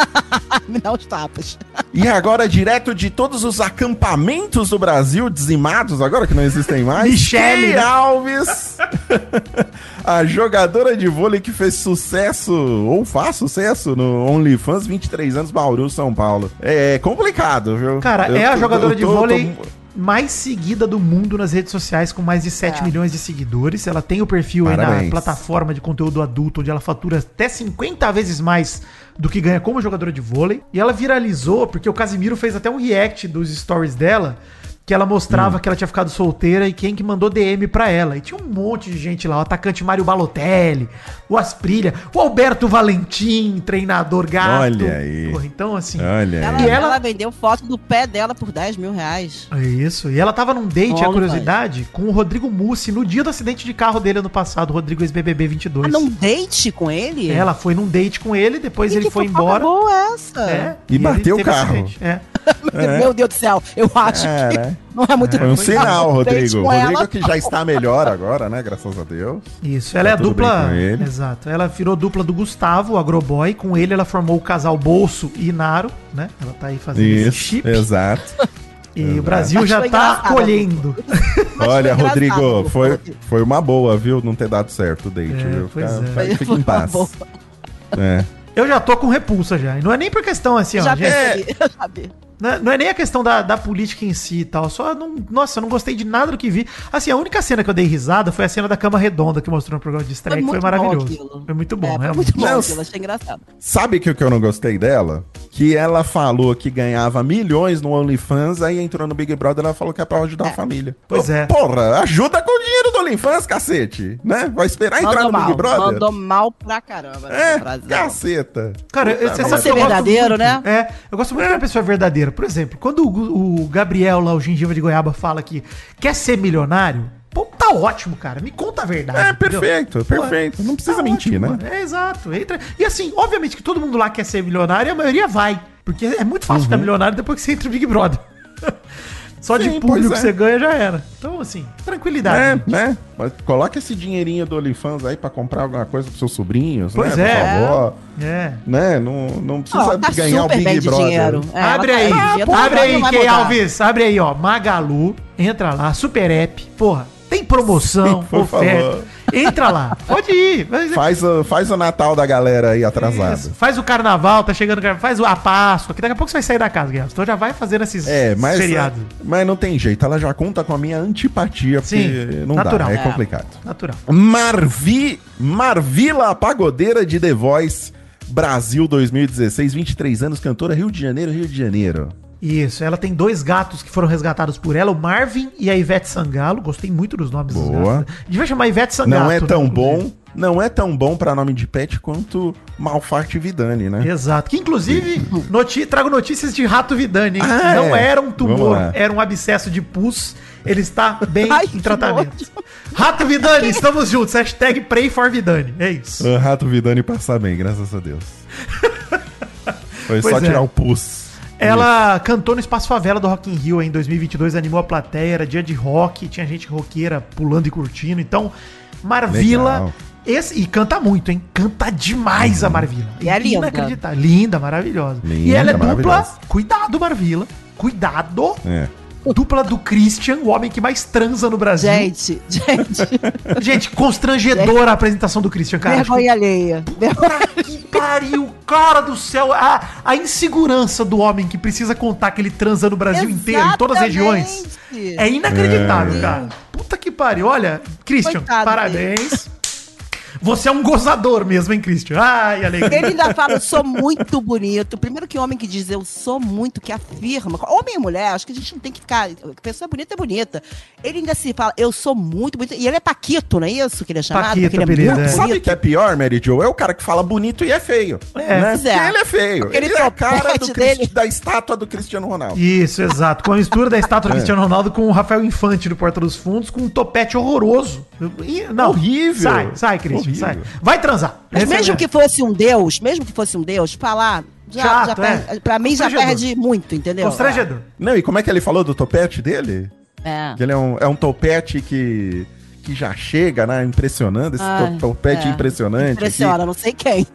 S4: me dar os tapas.
S2: E agora, direto de todos os acampamentos do Brasil, dizimados agora que não existem mais.
S3: Michele,
S2: Key
S3: né?
S2: Alves, a jogadora de vôlei que fez sucesso, ou faz sucesso, no OnlyFans, 23 anos, Bauru, São Paulo. É complicado, viu?
S3: Cara,
S2: Eu
S3: é a
S2: tô-
S3: jogadora
S2: eu
S3: de
S2: tô-
S3: vôlei
S2: tô-
S3: mais seguida do mundo nas redes sociais, com mais de 7
S4: É.
S3: milhões de seguidores. Ela tem o perfil aí na
S2: Parabéns.
S3: plataforma de conteúdo adulto, onde ela fatura até 50 vezes mais do que ganha como jogadora de vôlei. E ela viralizou, porque o Casimiro fez até um react dos stories dela. Que ela mostrava
S2: Hum.
S3: que ela tinha ficado solteira e quem que mandou DM pra ela. E tinha um monte de gente lá. O atacante Mário Balotelli, o Asprilha, o Alberto Valentim, treinador gato.
S2: Olha aí. É.
S3: Porra, então, assim.
S2: Olha aí.
S4: Ela,
S3: E ela-
S4: ela vendeu foto do pé dela por 10 mil reais.
S3: É Isso, e ela tava num date,
S4: Olha,
S3: a curiosidade, com o Rodrigo Mussi no dia do acidente de carro dele ano passado, o Rodrigo ex-BBB 22.
S4: Ah, não date com ele?
S3: Ela foi num date com ele, depois
S4: E
S3: ele
S4: que
S3: foi
S4: fofoca
S3: embora.
S4: boa é essa?
S3: É,
S2: E bateu
S3: ele
S2: o carro.
S3: teve acidente, É.
S4: Meu Deus do céu, eu acho
S2: É,
S4: que
S2: né?
S4: não é muito
S2: Foi um sinal,
S4: date
S2: Rodrigo.
S4: com
S2: Rodrigo
S4: ela.
S2: que já está melhor agora, né? Graças a Deus.
S3: Isso, ela
S2: Tá
S3: é a
S2: tudo
S3: dupla.
S2: bem com ele.
S3: Exato. Ela virou dupla do Gustavo, o Agroboy. Com ele, ela formou o casal Bolso e Naro, né? Ela tá aí fazendo esse
S2: Isso,
S3: chip.
S2: exato.
S3: E o Brasil
S4: Mas
S3: já
S4: foi
S3: tá
S4: engraçado.
S3: acolhendo.
S4: Mas
S2: Olha,
S4: foi
S2: Rodrigo,
S4: engraçado,
S2: foi,
S4: Rodrigo.
S2: foi uma boa, viu? Não ter dado certo o date,
S3: É,
S2: viu?
S3: pois é.
S2: fica- Fica
S4: Foi
S2: em
S4: uma
S2: paz.
S4: boa.
S2: É.
S3: Eu já tô com repulsa já. E não é nem por questão assim, ó.
S4: Já
S3: gente.
S4: percebi, eu já vi.
S3: Né, Não é nem a questão da, da política em si e tal. Só não. Nossa, eu não gostei de nada do que vi. Assim, a única cena que eu dei risada foi a cena da cama redonda que mostrou no programa de estreia,
S4: Foi
S3: que foi
S4: muito bom
S3: maravilhoso.
S4: aquilo.
S3: Foi muito
S4: É,
S3: bom,
S4: foi
S3: né?
S4: muito bom,
S2: Não,
S4: aquilo, achei engraçado.
S2: Sabe que o que eu não gostei dela? Que ela falou que ganhava milhões no OnlyFans, aí entrou no Big Brother ela falou que é pra ajudar a família.
S3: Pois
S2: Ô,
S3: é.
S2: Porra, ajuda com o dinheiro do OnlyFans, cacete. Né? Vai esperar entrar
S4: Mandou
S2: no Big
S4: mal,
S2: Brother?
S4: mandou mal pra caramba.
S2: É,
S4: nessa frase dela.
S2: caceta.
S3: Cara, eu-
S2: Puta
S3: você sabe
S2: merda.
S3: que eu gosto
S4: ser é verdadeiro,
S3: muito-
S4: né?
S3: É, eu gosto muito de uma pessoa verdadeira. Por exemplo, quando o, Gu- o Gabriel lá, o gengiva de goiaba, fala que quer ser milionário, pô, tá ótimo, cara. Me conta a verdade.
S2: É,
S3: entendeu?
S2: perfeito, perfeito. Não precisa
S3: Tá
S2: mentir,
S3: ótimo,
S2: né?
S3: mano. É, exato. Entra... E assim, obviamente que todo mundo lá quer ser milionário e a maioria vai. Porque é muito fácil ficar milionário depois que você entra no Big Brother. Só de
S2: Uhum. Sim,
S3: público
S2: pois
S3: que
S2: é.
S3: você ganha já era. Então, assim,
S2: É,
S3: tranquilidade.
S2: né? Mas coloca esse dinheirinho do OnlyFans aí pra comprar alguma coisa pros seus sobrinhos,
S3: Pois
S2: né?
S3: é.
S2: Pra avó,
S3: É.
S2: né? Não, não
S4: Ó,
S2: precisa
S4: tá
S2: ganhar o
S4: super
S2: Big
S4: bem de
S2: Brother.
S4: dinheiro. É, ela
S3: abre
S4: tá-
S3: aí,
S4: esse dia tá
S3: abre
S4: bom, não
S3: aí,
S4: vai
S3: Key
S4: mudar.
S3: Alves, abre aí, ó. Magalu, entra lá, Super App, porra, tem promoção,
S2: Sim, por
S3: oferta.
S2: favor.
S3: Entra lá, pode ir. Mas,
S2: Faz o, faz o Natal da galera aí atrasado.
S3: Isso, Faz o carnaval, tá chegando, o carnaval, faz o- a Páscoa, que daqui a pouco você vai sair da casa, Guilherme. Então já vai fazendo esses
S2: É, mas,
S3: feriados.
S2: mas não tem jeito. Ela já conta com a minha antipatia, porque
S3: Sim,
S2: não
S3: natural.
S2: dá, é,
S3: É.
S2: complicado.
S3: Natural.
S2: Marvi, Marvila Pagodeira de The Voice, Brasil 2016, 23 anos, cantora Rio de Janeiro, Rio de Janeiro.
S3: Isso, ela tem dois gatos que foram resgatados por ela, o Marvin e a Ivete Sangalo. Gostei muito dos nomes dos
S2: Boa.
S3: gatos. Devia chamar Ivete Sangalo. né?
S2: Não é tão bom, não é tão bom pra nome de pet quanto Malfarte Vidani, né?
S3: Exato. Que inclusive noti- trago notícias de Rato Vidani. hein?
S2: Ah,
S3: não
S2: é.
S3: era um
S2: Vamos
S3: tumor,
S2: lá.
S3: era um abscesso de pus. Ele está bem
S4: Ai,
S3: em
S4: que
S3: tratamento. Rato Vidani, estamos juntos. Hashtag pray for Vidani. É isso.
S2: O Rato Vidani passa bem, graças a Deus. Foi
S3: Pois
S2: só
S3: é.
S2: tirar o pus.
S3: Ela cantou no Espaço Favela do Rock in Rio em 2022, animou a plateia, era dia de rock, tinha gente roqueira pulando e curtindo. Então, Marvila...
S2: Legal. Uhum.
S3: esse- e canta muito, hein? Canta demais a Marvila.
S4: E é linda.
S3: Inacreditável. Linda, maravilhosa. e
S2: Linda,
S3: ela é dupla...
S2: maravilhosa.
S3: Cuidado, Marvila. Cuidado.
S2: É.
S3: Dupla do Christian, o homem que mais transa no Brasil. Gente,
S4: Gente, gente,
S3: constrangedora a apresentação do Christian, cara. Tipo,
S4: vergonha alheia.
S3: Puta que pariu, cara do céu. A, a insegurança do homem que precisa contar que ele transa no Brasil inteiro, em todas as regiões.
S4: Exatamente.
S3: É inacreditável,
S2: É.
S3: cara. Puta que pariu. Olha, Christian,
S4: Coitado
S3: parabéns. Você é um gozador mesmo, hein, Christian? Ai, alegria.
S4: Ele ainda fala, eu sou muito bonito. Primeiro que homem que diz eu sou muito, que afirma. Homem e mulher, acho que a gente não tem que ficar. Pessoa bonita é bonita. Ele ainda se fala, eu sou muito bonito. E ele é Paquito, não é isso que ele é chamado?
S3: Paquito,
S4: Porque ele é
S3: apelido,
S4: muito
S3: é.
S2: Sabe o
S4: bonito.
S2: que é pior, Mary Jo? É o cara que fala bonito e é feio.
S3: É.
S2: né?
S4: Pois é.
S2: Porque ele é feio.
S4: Aquele
S2: ele é a cara
S4: topete
S2: do Cristi-
S4: dele.
S2: da estátua do Cristiano Ronaldo.
S3: Isso, exato. Com a mistura da
S2: É.
S3: estátua do Cristiano Ronaldo com o Rafael Infante do Porta dos Fundos, com um topete horroroso. Ih, Não,
S2: Horrível.
S3: Sai, sai, Christian,
S2: Horrível.
S3: sai. Vai transar.
S4: Mas
S3: Essa é a
S4: mesmo que
S3: verdade.
S4: fosse um Deus, mesmo que fosse um Deus, falar. Já,
S3: Chato,
S4: já perde-
S3: é.
S4: Pra mim já
S3: Constrangedor.
S4: perde muito, entendeu?
S3: Constrangedor.
S2: Não, e como é que ele falou do topete dele?
S4: É.
S2: Que ele é um, é um topete que, que já chega, né? Impressionando, esse
S4: Ai,
S2: to- topete
S4: é.
S2: impressionante.
S4: Impressiona, não sei quem.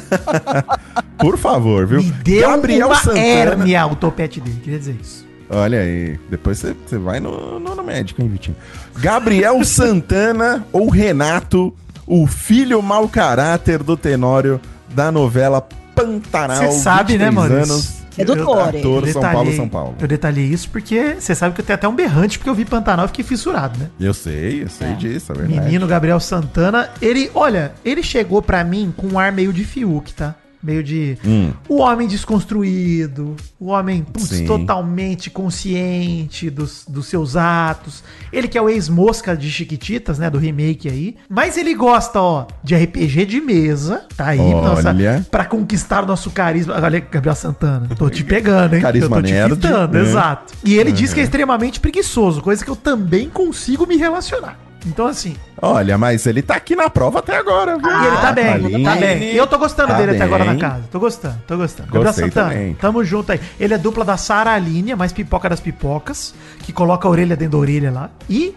S2: aqui. Por favor, viu?
S3: Me deu
S2: Gabriel
S3: uma
S2: Santana.
S3: hérnia o topete dele, queria dizer isso.
S2: Olha aí, depois você você vai no, no, no médico, hein, Vitinho? Gabriel Santana ou Renato, o filho mau caráter do Tenório da novela Pantanal.
S3: Você sabe, né,
S2: 23
S3: mano?
S2: Anos,
S3: isso.
S4: É do
S3: Eu-
S4: Toro.
S3: eu
S2: Toro, São
S3: detalhei-
S2: Paulo, São Paulo.
S3: tá Eu detalhei isso porque você sabe que eu tenho até um berrante porque eu vi Pantanal e fiquei fissurado, né?
S2: Eu sei, eu sei disso, é verdade.
S3: Menino Gabriel Santana, ele, olha, ele chegou pra mim com um ar meio de Fiuk, tá? Meio de.
S2: Hum.
S3: O homem desconstruído, o homem putz,
S2: Sim.
S3: totalmente consciente dos, dos seus atos. Ele que é o ex-mosca de Chiquititas, né? Do remake aí. Mas ele gosta, ó, de RPG de mesa. Tá aí,
S2: Olha.
S3: pra conquistar o nosso carisma. Olha, Gabriel Santana, tô te pegando, hein?
S2: Carisma
S3: eu tô te
S2: nerd,
S3: fitando,
S2: né?
S3: exato. E ele diz que é extremamente preguiçoso, coisa que eu também consigo me relacionar. Então, assim,
S2: Olha, mas ele tá aqui na prova até agora, viu?
S3: e ele tá
S2: Ah,
S3: bem, tá bem. E eu tô gostando
S2: Tá
S3: dele até agora na
S2: bem.
S3: casa. Tô gostando, tô gostando.
S2: Gostei
S3: Gabriel Santana,
S2: também.
S3: tamo junto aí. Ele é dupla da Sara Aline, a mais pipoca das pipocas, que coloca a orelha dentro da orelha lá. E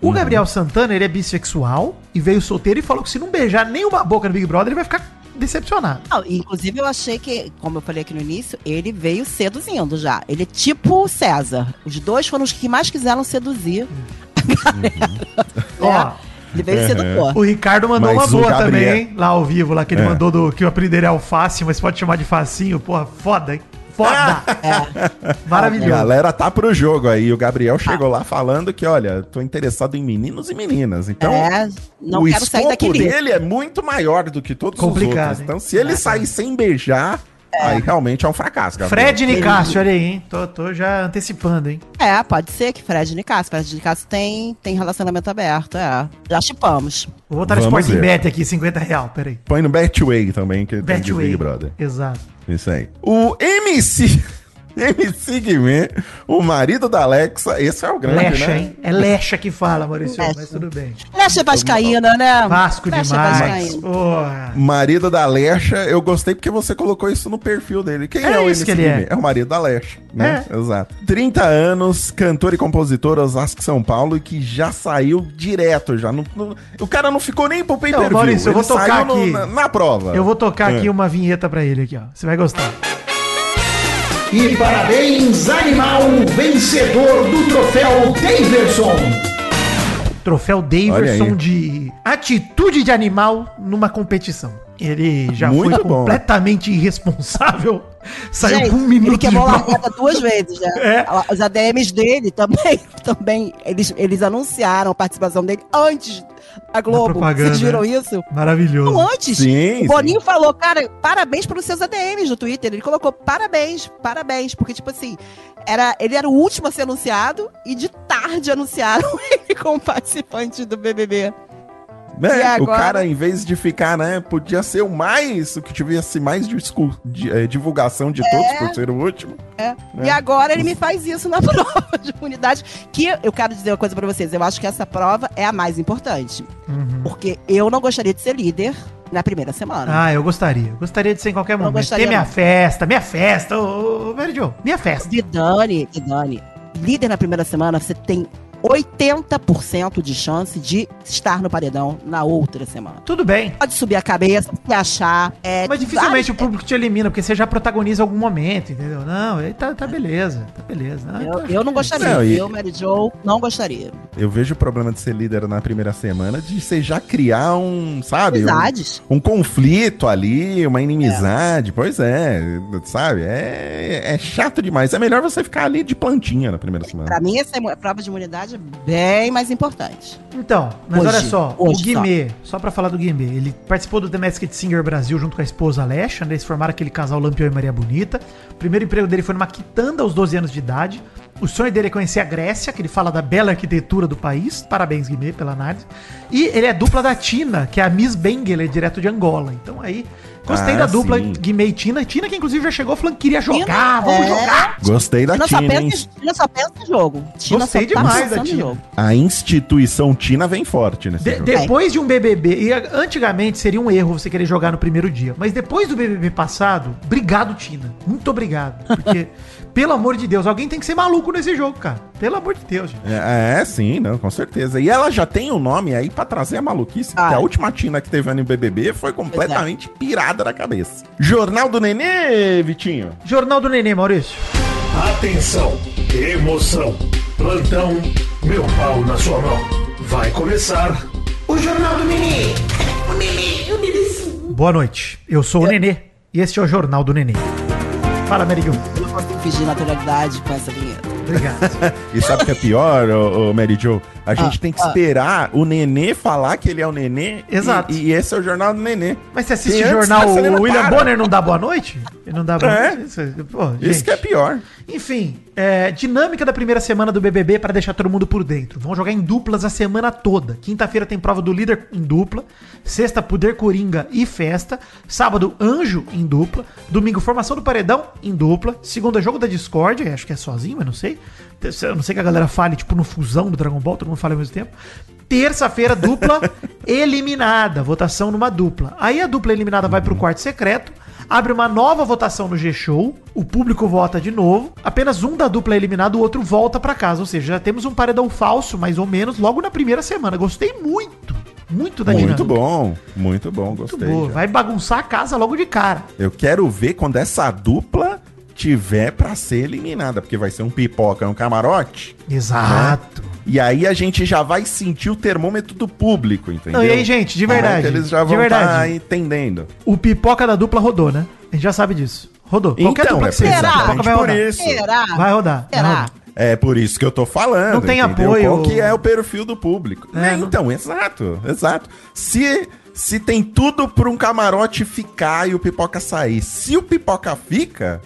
S3: o
S2: Uhum.
S3: Gabriel Santana, ele é bissexual e veio solteiro e falou que se não beijar nenhuma boca no Big Brother, ele vai ficar decepcionado.
S4: Não, inclusive, eu achei que, como eu falei aqui no início, ele veio seduzindo já. Ele é tipo o César. Os dois foram os que mais quiseram seduzir.
S3: Ó,
S4: Ele veio sedutor.
S3: o Ricardo mandou
S2: Mas
S3: uma
S2: o
S3: boa
S2: Gabriel-
S3: também, hein? Lá ao vivo, lá que ele
S2: É.
S3: mandou do que o apelido dele é alface, mas pode chamar de facinho, porra, foda, hein? Foda!
S4: É,
S2: A
S3: Maravilhoso.
S2: galera tá pro jogo aí. O Gabriel
S3: Tá.
S2: chegou lá falando que, olha, tô interessado em meninos e meninas. Então,
S4: é, não
S2: o
S4: quero sair
S2: escopo
S4: daquele.
S2: dele é muito maior do que todos
S3: Complicado,
S2: os outros.
S3: hein?
S2: Então, se ele sair sem beijar, aí realmente é um fracasso, Gabriel.
S3: Fred Nicásio, olha aí, hein? Tô, tô já antecipando, hein?
S4: É, pode ser que Fred e Nicasso. Fred e Nicasso tem, tem relacionamento aberto, é. Já chipamos.
S3: Vou botar no
S2: Vamos
S3: Sporting
S2: ver.
S3: Bet aqui, 50 real, peraí.
S2: Põe no Betway também, que tem de
S3: Betway.
S2: Big Brother.
S3: Exato.
S2: Isso aí. O MC... MC Guimê, o marido da Alexa. Esse é o grande,
S3: Lecha,
S2: né?
S3: hein? É Lecha que fala, Maurício,
S4: Lecha.
S3: mas tudo bem.
S4: Lecha é Vascaína, né?
S3: Vasco
S4: Lecha é
S3: demais.
S4: vascaíno.
S3: Porra.
S2: Marido da Lecha, eu gostei porque você colocou isso no perfil dele. Quem
S3: É
S2: é, o
S3: isso
S2: MC
S3: que ele
S2: Guimê?
S3: é.
S2: É. o marido da Lecha, né? Exato. 30 anos, cantor e compositor Osasco São Paulo, e que já saiu direto, já. Não, não- o cara não ficou nem pro pay per view.
S3: Maurício, eu vou
S2: ele
S3: tocar
S2: saiu no-
S3: aqui.
S2: na, na prova. É.
S3: Eu vou tocar aqui um uma vinheta pra ele aqui, ó. Você vai gostar.
S6: E parabéns, animal vencedor do troféu Daverson.
S3: Troféu
S2: Olha
S3: Daverson
S2: aí.
S3: de atitude de animal numa competição. Ele já
S2: Muito
S3: foi
S2: bom.
S3: completamente irresponsável. Saiu
S4: Gente,
S3: com um minuto
S4: ele quebrou
S3: de
S4: a
S3: jogo.
S4: largada duas vezes, né?
S3: É.
S4: Os ADMs dele também, também eles, eles anunciaram a participação dele antes da Globo.
S3: propaganda.
S4: Vocês viram isso? Não,
S3: Maravilhoso.
S4: antes.
S2: Sim,
S4: o Boninho falou, cara, parabéns pelos seus ADMs no Twitter. Ele colocou parabéns, parabéns, porque, tipo assim, era, ele era o último a ser anunciado e de tarde anunciaram ele como participante do BBB.
S2: Né?
S4: E
S3: é
S2: O
S4: agora?
S2: cara, em vez de ficar, né? Podia ser o mais. O que tivesse mais discu- de, eh, divulgação de todos,
S3: É.
S2: por ser o último.
S4: E agora ele me faz isso na prova de imunidade. Que eu quero dizer uma coisa pra vocês. Eu acho que essa prova é a mais importante. Porque eu não gostaria de ser líder na primeira semana.
S3: Ah, eu gostaria. Gostaria de ser em qualquer momento. Tem
S4: gostaria,
S3: minha
S4: não.
S3: festa, minha festa. Ô, ô, Mary Jo, minha festa.
S4: Vidani, Vidani, líder na primeira semana, você tem 80% de chance de estar no paredão na outra semana.
S3: Tudo bem.
S4: Pode subir a cabeça, se achar. É,
S3: Mas dificilmente o
S4: vários-
S3: público te elimina, porque você já protagoniza algum momento, entendeu? Não, aí tá, tá beleza, tá beleza. Ah,
S4: Eu,
S3: tá-
S4: eu não gostaria.
S2: Não, e-
S4: Eu, Mary Jo, não gostaria.
S2: Eu vejo o problema de ser líder na primeira semana, de você já criar um, sabe? um-
S4: Amizades.
S2: um conflito ali,
S4: É.
S2: uma inimizade. Pois é, sabe? É, é chato demais. É melhor você ficar ali de plantinha na primeira semana.
S4: Pra mim, essa imu- prova de imunidade é bem mais importante.
S3: Então, mas
S4: Hoje,
S3: olha só, o
S4: hoje
S3: Guimê, só pra falar do Guimê, ele participou do The Masked Singer Brasil junto com a esposa Alexa, né? Eles formaram aquele casal Lampião e Maria Bonita. O primeiro emprego dele foi numa quitanda aos 12 anos de idade. O sonho dele é conhecer a Grécia, que ele fala da bela arquitetura do país. Parabéns, Guimê, pela análise. E ele é dupla da Tina, que é a Miss Benguela, direto de Angola. Então aí, gostei
S2: Ah,
S3: da dupla
S2: sim.
S3: Guimê e Tina. Tina que inclusive já chegou falando que queria jogar,
S4: Tina,
S3: vamos
S4: é.
S3: jogar.
S2: Gostei da
S4: Tina só,
S2: Tina, hein?
S4: pensa, Tina só pensa em jogo. Tina
S3: Gostei
S4: só tá
S3: demais
S4: pensando
S3: da
S4: em
S3: Tina.
S4: jogo.
S2: A instituição Tina vem forte nesse
S3: De-
S2: jogo.
S3: depois de um BBB, e a- antigamente seria um erro você querer jogar no primeiro dia, mas depois do BBB passado, obrigado, Tina. Muito obrigado. Porque, pelo amor de Deus, alguém tem que ser maluco nesse jogo, cara. Pelo amor de Deus, gente.
S2: É, é, sim, não, com certeza. E ela já tem um nome aí pra trazer a maluquice, porque
S4: Ah. é.
S2: a última Tina que teve no BBB foi completamente pirada da cabeça. Jornal do Nenê, Vitinho.
S3: Jornal do Neném, Maurício.
S6: Atenção, emoção, plantão, meu pau na sua mão. Vai começar o Jornal do Menino.
S3: Boa noite. Eu sou o Nenê e este é o Jornal do Nenê. Fala, Merigo.
S4: Eu não consigo fingir naturalidade com essa vinheta.
S3: Obrigado.
S2: E sabe o que é pior, ô, ô Mary Jo? A gente tem que esperar o Nenê falar que ele é o Nenê. e-
S3: Exato.
S2: E, esse é o Jornal do Nenê.
S3: Mas você assiste
S2: Tem
S3: o
S2: antes,
S3: jornal,
S2: mas ele
S3: o
S2: não
S3: William
S2: para.
S3: Bonner não dá boa noite? Ele não dá boa
S2: É.
S3: noite? Isso- pô,
S2: Isso
S3: gente.
S2: que é pior.
S3: Enfim, é, dinâmica da primeira semana do BBB para deixar todo mundo por dentro. Vão jogar em duplas a semana toda. Quinta-feira tem prova do líder em dupla. Sexta, poder coringa e festa. Sábado, anjo em dupla. Domingo, formação do paredão em dupla. Segunda, jogo da Discord. Acho que é sozinho, mas não sei. Terça- Eu não sei que a galera fale, tipo, no fusão do Dragon Ball, todo mundo fala ao mesmo tempo. Terça-feira, dupla eliminada. Votação numa dupla. Aí a dupla eliminada vai pro quarto secreto abre uma nova votação no G-Show, o público vota de novo, apenas um da dupla é eliminado, o outro volta pra casa, ou seja, já temos um paredão falso, mais ou menos, logo na primeira semana. Gostei muito, muito da
S2: Muito bom, muito bom,
S3: Muito
S2: gostei.
S3: boa.
S2: já.
S3: Vai bagunçar a casa logo de cara.
S2: Eu quero ver quando essa dupla tiver pra ser eliminada, porque vai ser um pipoca, um camarote.
S3: Exato.
S2: E aí a gente já vai sentir o termômetro do público, entendeu?
S3: Não, e aí, gente, de
S2: Como é que
S3: verdade.
S2: eles já
S3: de
S2: vão
S3: verdade.
S2: estar entendendo.
S3: O pipoca da dupla rodou, né? A gente já sabe disso. Rodou. Qualquer
S2: Então,
S3: dupla
S2: é
S3: que seja, a pipoca
S2: exatamente
S3: vai
S2: por
S3: rodar.
S2: isso.
S4: Será?
S3: Vai rodar. vai
S4: Será?
S3: rodar.
S2: É por isso que eu tô falando.
S3: Não tem
S2: entendeu?
S3: apoio.
S2: Qual que é o perfil do público?
S3: É,
S2: Né,
S3: não-
S2: Então, exato, exato. Se se tem tudo pra um camarote ficar e o pipoca sair, se o pipoca fica,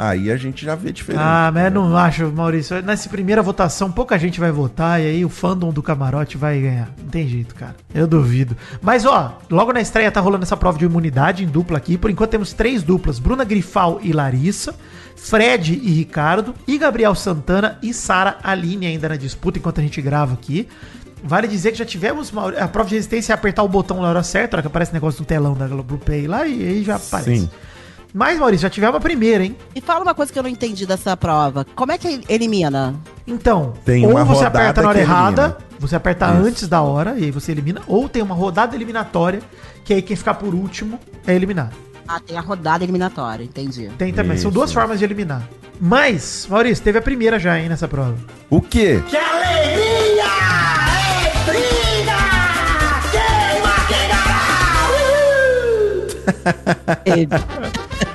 S2: Aí a gente já vê diferente. né?
S3: Ah, mas eu não acho, Maurício. Nessa primeira votação, pouca gente vai votar e aí o fandom do camarote vai ganhar. Não tem jeito, cara. Eu duvido. Mas, ó, logo na estreia tá rolando essa prova de imunidade em dupla aqui. Por enquanto temos três duplas: Bruna Grifal e Larissa. Fred e Ricardo, e Gabriel Santana e Sara Aline ainda na disputa, enquanto a gente grava aqui. Vale dizer que já tivemos Mauri- a prova de resistência é apertar o botão na hora certa, na hora que aparece o negócio do telão da Globo Play lá, e aí já aparece.
S2: Sim.
S3: Mas, Maurício, já tivemos a primeira, hein?
S4: E fala uma coisa que eu não entendi dessa prova. Como é que elimina?
S3: Então,
S2: Tem
S3: ou
S2: uma
S3: você
S2: rodada
S3: aperta na hora
S2: que
S3: errada,
S2: elimina.
S3: você aperta
S2: Isso.
S3: antes da hora e aí você elimina, ou tem uma rodada eliminatória, que aí quem ficar por último é eliminado.
S4: Ah, tem a rodada eliminatória, entendi.
S3: Tem também, são
S2: Isso.
S3: duas formas de eliminar. Mas, Maurício, teve a primeira já, hein, nessa prova.
S2: O quê? É.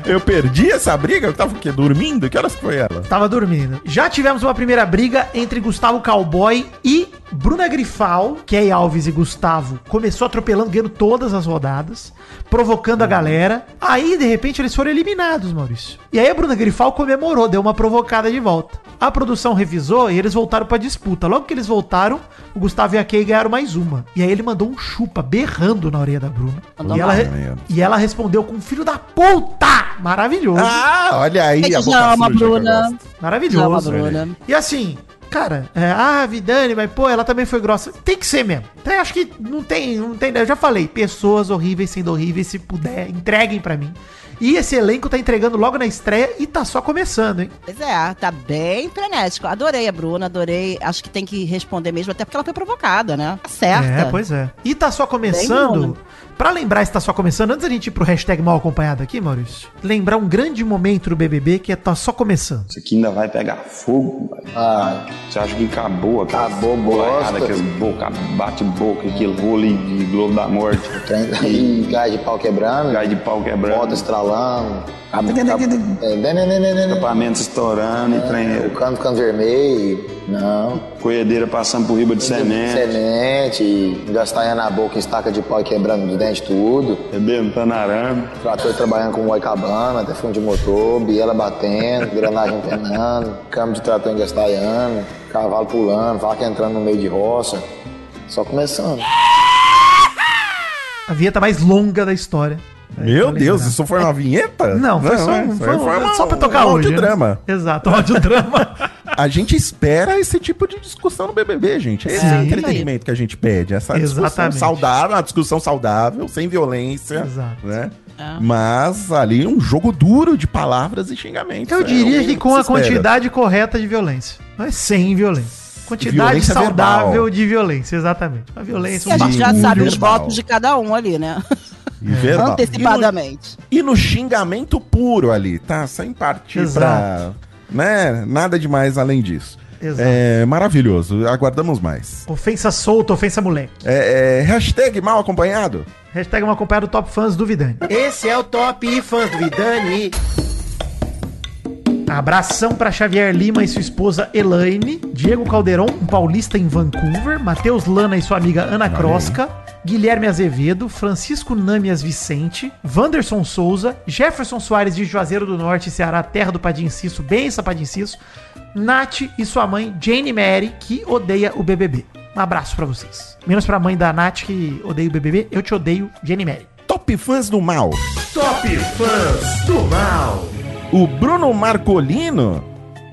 S2: Eu perdi essa briga? Eu tava o quê? Dormindo? Que horas foi ela?
S3: Tava dormindo. Já tivemos uma primeira briga entre Gustavo Cowboy e Bruna Grifal, que é Alves e Gustavo, começou atropelando, ganhando todas as rodadas, provocando a galera. Aí, de repente, eles foram eliminados, Maurício. E aí a Bruna Grifal comemorou, deu uma provocada de volta. A produção revisou e eles voltaram pra disputa. Logo que eles voltaram, o Gustavo e a Kay ganharam mais uma. E aí ele mandou um chupa, berrando na orelha da Bruna.
S4: Mandou
S3: E ela,
S4: mal.
S3: re- e ela respondeu com um filho da puta! Maravilhoso.
S2: Ah, olha aí
S4: Ele
S2: a boca
S4: chama,
S2: suja que eu
S4: Bruna.
S2: gosto.
S4: Chama a
S3: Maravilhoso.
S4: Bruna.
S3: E assim, cara, é, ah, Vidani, mas pô, ela também foi grossa. Tem que ser mesmo. Então, eu acho que não tem, não tem, eu já falei, pessoas horríveis sendo horríveis, se puder, entreguem pra mim. E esse elenco tá entregando logo na estreia e tá só começando, hein?
S4: Pois é, tá bem frenético. Adorei a Bruna, adorei. Acho que tem que responder mesmo, até porque ela foi provocada, né? Tá certa.
S3: É, pois é. E tá só
S4: Bem
S3: começando.
S4: bom,
S3: Pra lembrar se tá só começando, antes da gente ir pro hashtag mal acompanhado aqui, Maurício, lembrar um grande momento do BBB que é tá só começando.
S7: Isso aqui ainda vai pegar fogo. vai.
S8: Ah,
S7: Você acha que acabou aquela acabou bosta. que boca, bate boca, aquele rolo de Globo da Morte.
S8: E gás de pau quebrando,
S7: Gás de pau
S8: moto
S7: quebrando,
S8: estralando,
S7: Cabo-
S8: É, benenenenenen,
S7: escapamento estourando,
S8: o
S7: trem,
S8: cano ficando vermelho, não,
S7: coedeira passando por riba de semente,
S8: semente, gastanha na boca, estaca de pau e quebrando de dente tudo,
S7: arrebentando arame.
S8: trator trabalhando com moicabana, até fundo de motor, biela batendo, granagem penando, câmbio de trator engastanhando, cavalo pulando, vaca entrando no meio de roça, só começando.
S3: A vinheta mais longa da história. É,
S2: Meu
S3: pra
S2: Deus,
S3: lembrar.
S2: isso foi uma vinheta?
S3: Não, foi só, um,
S2: isso
S3: foi um-
S2: uma-
S3: só pra tocar
S2: um
S3: hoje. né?
S2: drama.
S3: Exato, um audiodrama.
S2: A gente espera esse tipo de discussão no BBB, gente. Esse é o
S4: Sim.
S2: entretenimento que a gente pede. Essa discussão
S3: Exatamente.
S2: saudável, uma discussão saudável, sem violência,
S3: Exato.
S2: né?
S4: É.
S2: Mas ali um jogo duro de palavras e xingamentos.
S3: Então Eu
S2: É o
S3: diria que com
S2: se
S3: a
S2: espera.
S3: quantidade correta de violência. Não é sem violência. Quantidade
S2: Violência
S3: saudável
S2: verbal.
S3: de violência, exatamente. Uma violência,
S4: E a
S3: um
S4: gente já
S2: Sim,
S4: sabe os
S2: verbal.
S4: votos de cada um ali, né?
S2: E verbal.
S4: Antecipadamente.
S2: E no xingamento puro ali, tá? Sem partir
S3: Exato.
S2: pra. Né? Nada demais além disso.
S3: Exato.
S2: É maravilhoso. Aguardamos mais.
S3: Ofensa solta, ofensa moleque.
S2: É, é, hashtag mal acompanhado.
S3: Hashtag uma acompanhada do Top Fãs do Vidani.
S9: Esse é o Top Fãs do Vidani.
S3: Abração pra Xavier Lima e sua esposa Elaine, Diego Calderon, um paulista em Vancouver, Matheus Lana e sua amiga Ana Crosca, Guilherme Azevedo, Francisco Namias Vicente, Wanderson Souza, Jefferson Soares de Juazeiro do Norte, Ceará, terra do Padim Cisso, bença Padim Cisso, Nath e sua mãe Jane Mary, que odeia o BBB. Um abraço pra vocês. Menos pra mãe da Nath, que odeia o BBB, eu te odeio, Jane Mary.
S2: Top fãs do mal.
S6: Top Fãs do Mal.
S2: O Bruno Marcolino,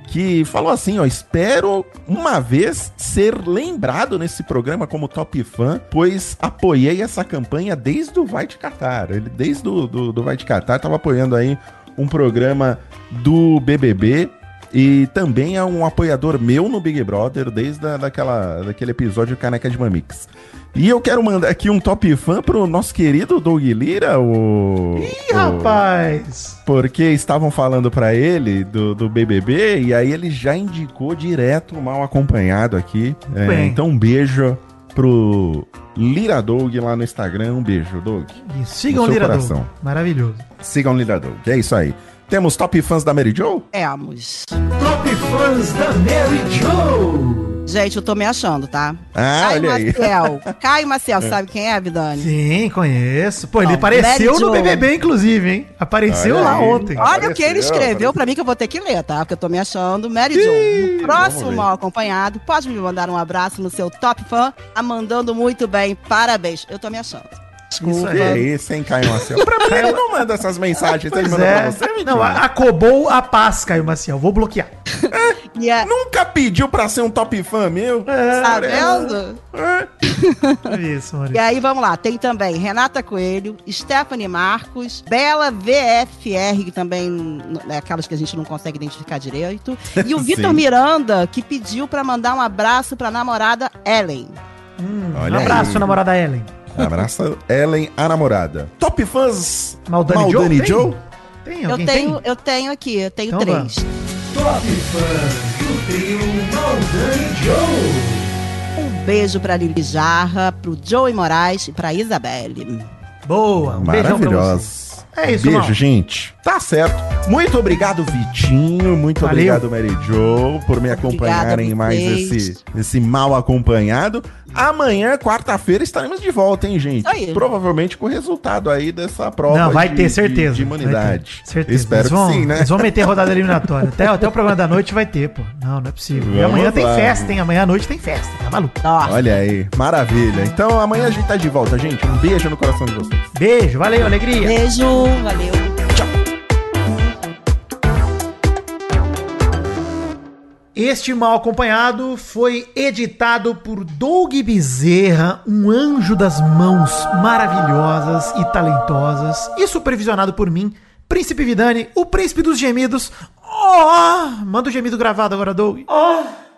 S2: que falou assim, ó, espero uma vez ser lembrado nesse programa como top fã, pois apoiei essa campanha desde o Vai de Catar. Ele, desde o do, do Vai de Catar, tava apoiando aí um programa do BBB e também é um apoiador meu no Big Brother desde a, daquela, daquele episódio Caneca de Mamix. E eu quero mandar aqui um top fã pro nosso querido Doug Lira, o...
S3: Ih,
S2: o-
S3: rapaz!
S2: porque estavam falando pra ele do, do BBB e aí ele já indicou direto o mal acompanhado aqui. É,
S3: Bem.
S2: então um beijo pro Lira Doug lá no Instagram. Um beijo, Doug.
S3: E sigam o
S2: No seu
S3: Lirador.
S2: coração.
S3: Maravilhoso.
S2: Sigam o Lira Doug. É isso aí. Temos top fãs da Mary Joe?
S4: É, amos.
S6: Top Fãs da Mary Joe.
S4: Gente, eu tô me achando, tá?
S2: Ah,
S4: Caio
S2: olha aí.
S4: Maciel. Caio Maciel, sabe quem é, Vidani?
S3: Sim, conheço. Pô, ele
S4: Não,
S3: apareceu
S4: Mary
S3: no
S4: Jo.
S3: BBB, inclusive, hein? Apareceu
S2: Olha
S3: lá
S2: aí.
S3: ontem.
S4: Olha Ah,
S2: Apareceu,
S4: o que ele escreveu pra mim que eu vou ter que ler, tá? Porque eu tô me achando. Mary Jo, no
S2: vamos
S4: próximo
S2: ver.
S4: mal acompanhado, pode me mandar um abraço no seu top fã. A mandando muito bem. Parabéns. Eu tô me achando.
S3: Isso
S2: Que
S3: aí.
S2: isso, hein, Caio Maciel? Pra mim, ele não manda essas mensagens. Ele
S3: Pois
S2: manda
S3: é.
S2: pra você, mentira.
S3: Não, a- acobou a paz, Caio Maciel. Vou bloquear.
S4: E é,
S2: Nunca pediu pra ser um top fã, meu.
S3: É.
S4: tá vendo?
S2: É.
S3: Isso,
S4: E
S3: Maurício.
S4: aí, vamos lá. Tem também Renata Coelho, Stephanie Marcos, Bela VFR, que também n- é aquelas que a gente não consegue identificar direito. E o
S2: Sim.
S4: Vitor Miranda, que pediu pra mandar um abraço pra namorada Ellen.
S3: Hum,
S2: Olha
S3: um abraço,
S2: aí.
S3: namorada Ellen.
S2: Abraça Ellen, a namorada. Top fãs
S3: Maldani,
S2: Maldani
S3: Joe?
S2: Joe?
S3: Tem, Tem
S4: Eu
S3: alguém?
S4: tenho,
S3: Tem?
S4: eu tenho aqui, eu tenho
S3: Então
S4: três.
S6: Top Fãs do trio Maldani Joe.
S4: Um beijo pra Lili Jarra, pro Joey Moraes e pra Isabelle.
S3: Boa. Um beijão pra você.
S2: Maravilhosa.
S3: É isso,
S2: Beijo,
S3: Mal.
S2: gente. Tá certo. Muito obrigado, Vitinho. Muito
S3: Valeu.
S2: obrigado, Mary Jo, por me acompanharem
S4: a
S2: mais
S4: vocês.
S2: esse, esse mal acompanhado. Amanhã, quarta-feira, estaremos de volta, hein, gente?
S4: Isso aí.
S2: Provavelmente com o resultado aí dessa prova
S3: Não, vai
S2: de-
S3: ter
S2: de-
S3: certeza.
S2: de, imunidade.
S3: Vai ter, certeza.
S2: Espero
S3: Eles vão,
S2: que sim, né?
S3: Eles vão meter rodada eliminatória. Até, até o programa da noite vai ter, pô. Não, não é possível. e
S2: Vamos
S3: amanhã
S2: lá.
S3: tem festa, hein? Amanhã à noite tem festa. Tá maluco?
S4: Nossa.
S2: Olha aí, maravilha. Então amanhã a gente tá de volta, gente. Um beijo no coração de vocês.
S3: Beijo, valeu, alegria.
S4: Beijo, valeu.
S3: Este mal acompanhado foi editado por Doug Bezerra, um anjo das mãos maravilhosas e talentosas, e supervisionado por mim, Príncipe Vidani, o príncipe dos gemidos. Oh, manda o gemido gravado agora, Doug. Oh.